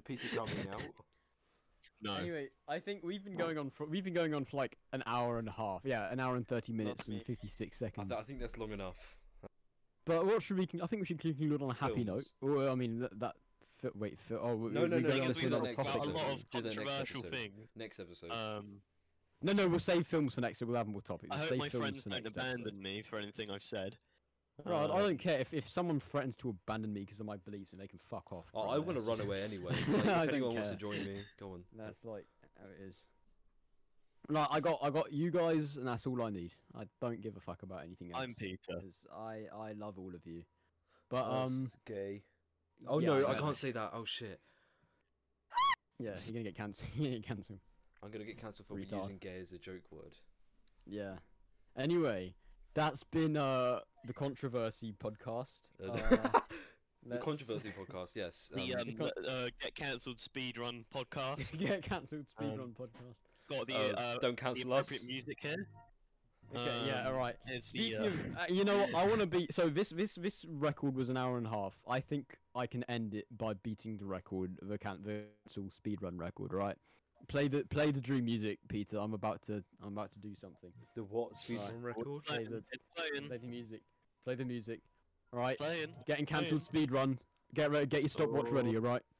Peter coming out. No. Anyway, I think we've been going on for we've been going on for like an hour and a half. Yeah, an hour and thirty minutes and me. fifty six I, seconds. th- I think that's long enough. But what should we? Con- I think we should conclude on a happy Films. note. Well, I mean that. that fi- wait, fi- oh, we, No, we- no, we no, don't no, wanna do sit that on next topic, about a episode. though. lot of Do the next controversial episode. things. Next episode. Uh, Um, No, no, we'll save films for next. We'll have more topics. I We'll hope save my films friends for don't next episode. abandon me for anything I've said. Right, I Um, don't care if, if someone threatens to abandon me because of my beliefs and they can fuck off. Oh, I right, want to that's run just- away anyway. I Like, if don't anyone wants to care. join me, go on. That's like how it is. Like I got I got you guys and that's all I need. I don't give a fuck about anything else. I'm Peter. 'cause I I love all of you. But That's um gay. Oh yeah, no, I don't- can't say that. Oh shit, Yeah, you're gonna get cancelled. you're gonna get cancelled. I'm gonna get cancelled for Retard. using gay as a joke word. Yeah. Anyway, that's been uh the controversy podcast. Uh, Uh, the let's- controversy podcast. Yes. Oh, The um, um, uh, get cancelled speedrun podcast. get cancelled speedrun Um, podcast. Got the uh, uh, don't the cancel us. appropriate music here. Oh, Okay, yeah, um, all right. It's the Speaking uh, of, uh, you know, what, I want to be. So this this this record was an hour and a half. I think I can end it by beating the record, the can the actual speedrun record. Right? Play the play the dream music, Peter. I'm about to I'm about to do something. The what Right. speedrun record? Play the it's playing, play the music. Play the music. All right. playing. Getting cancelled speedrun. Get re- get your stopwatch ready. All right.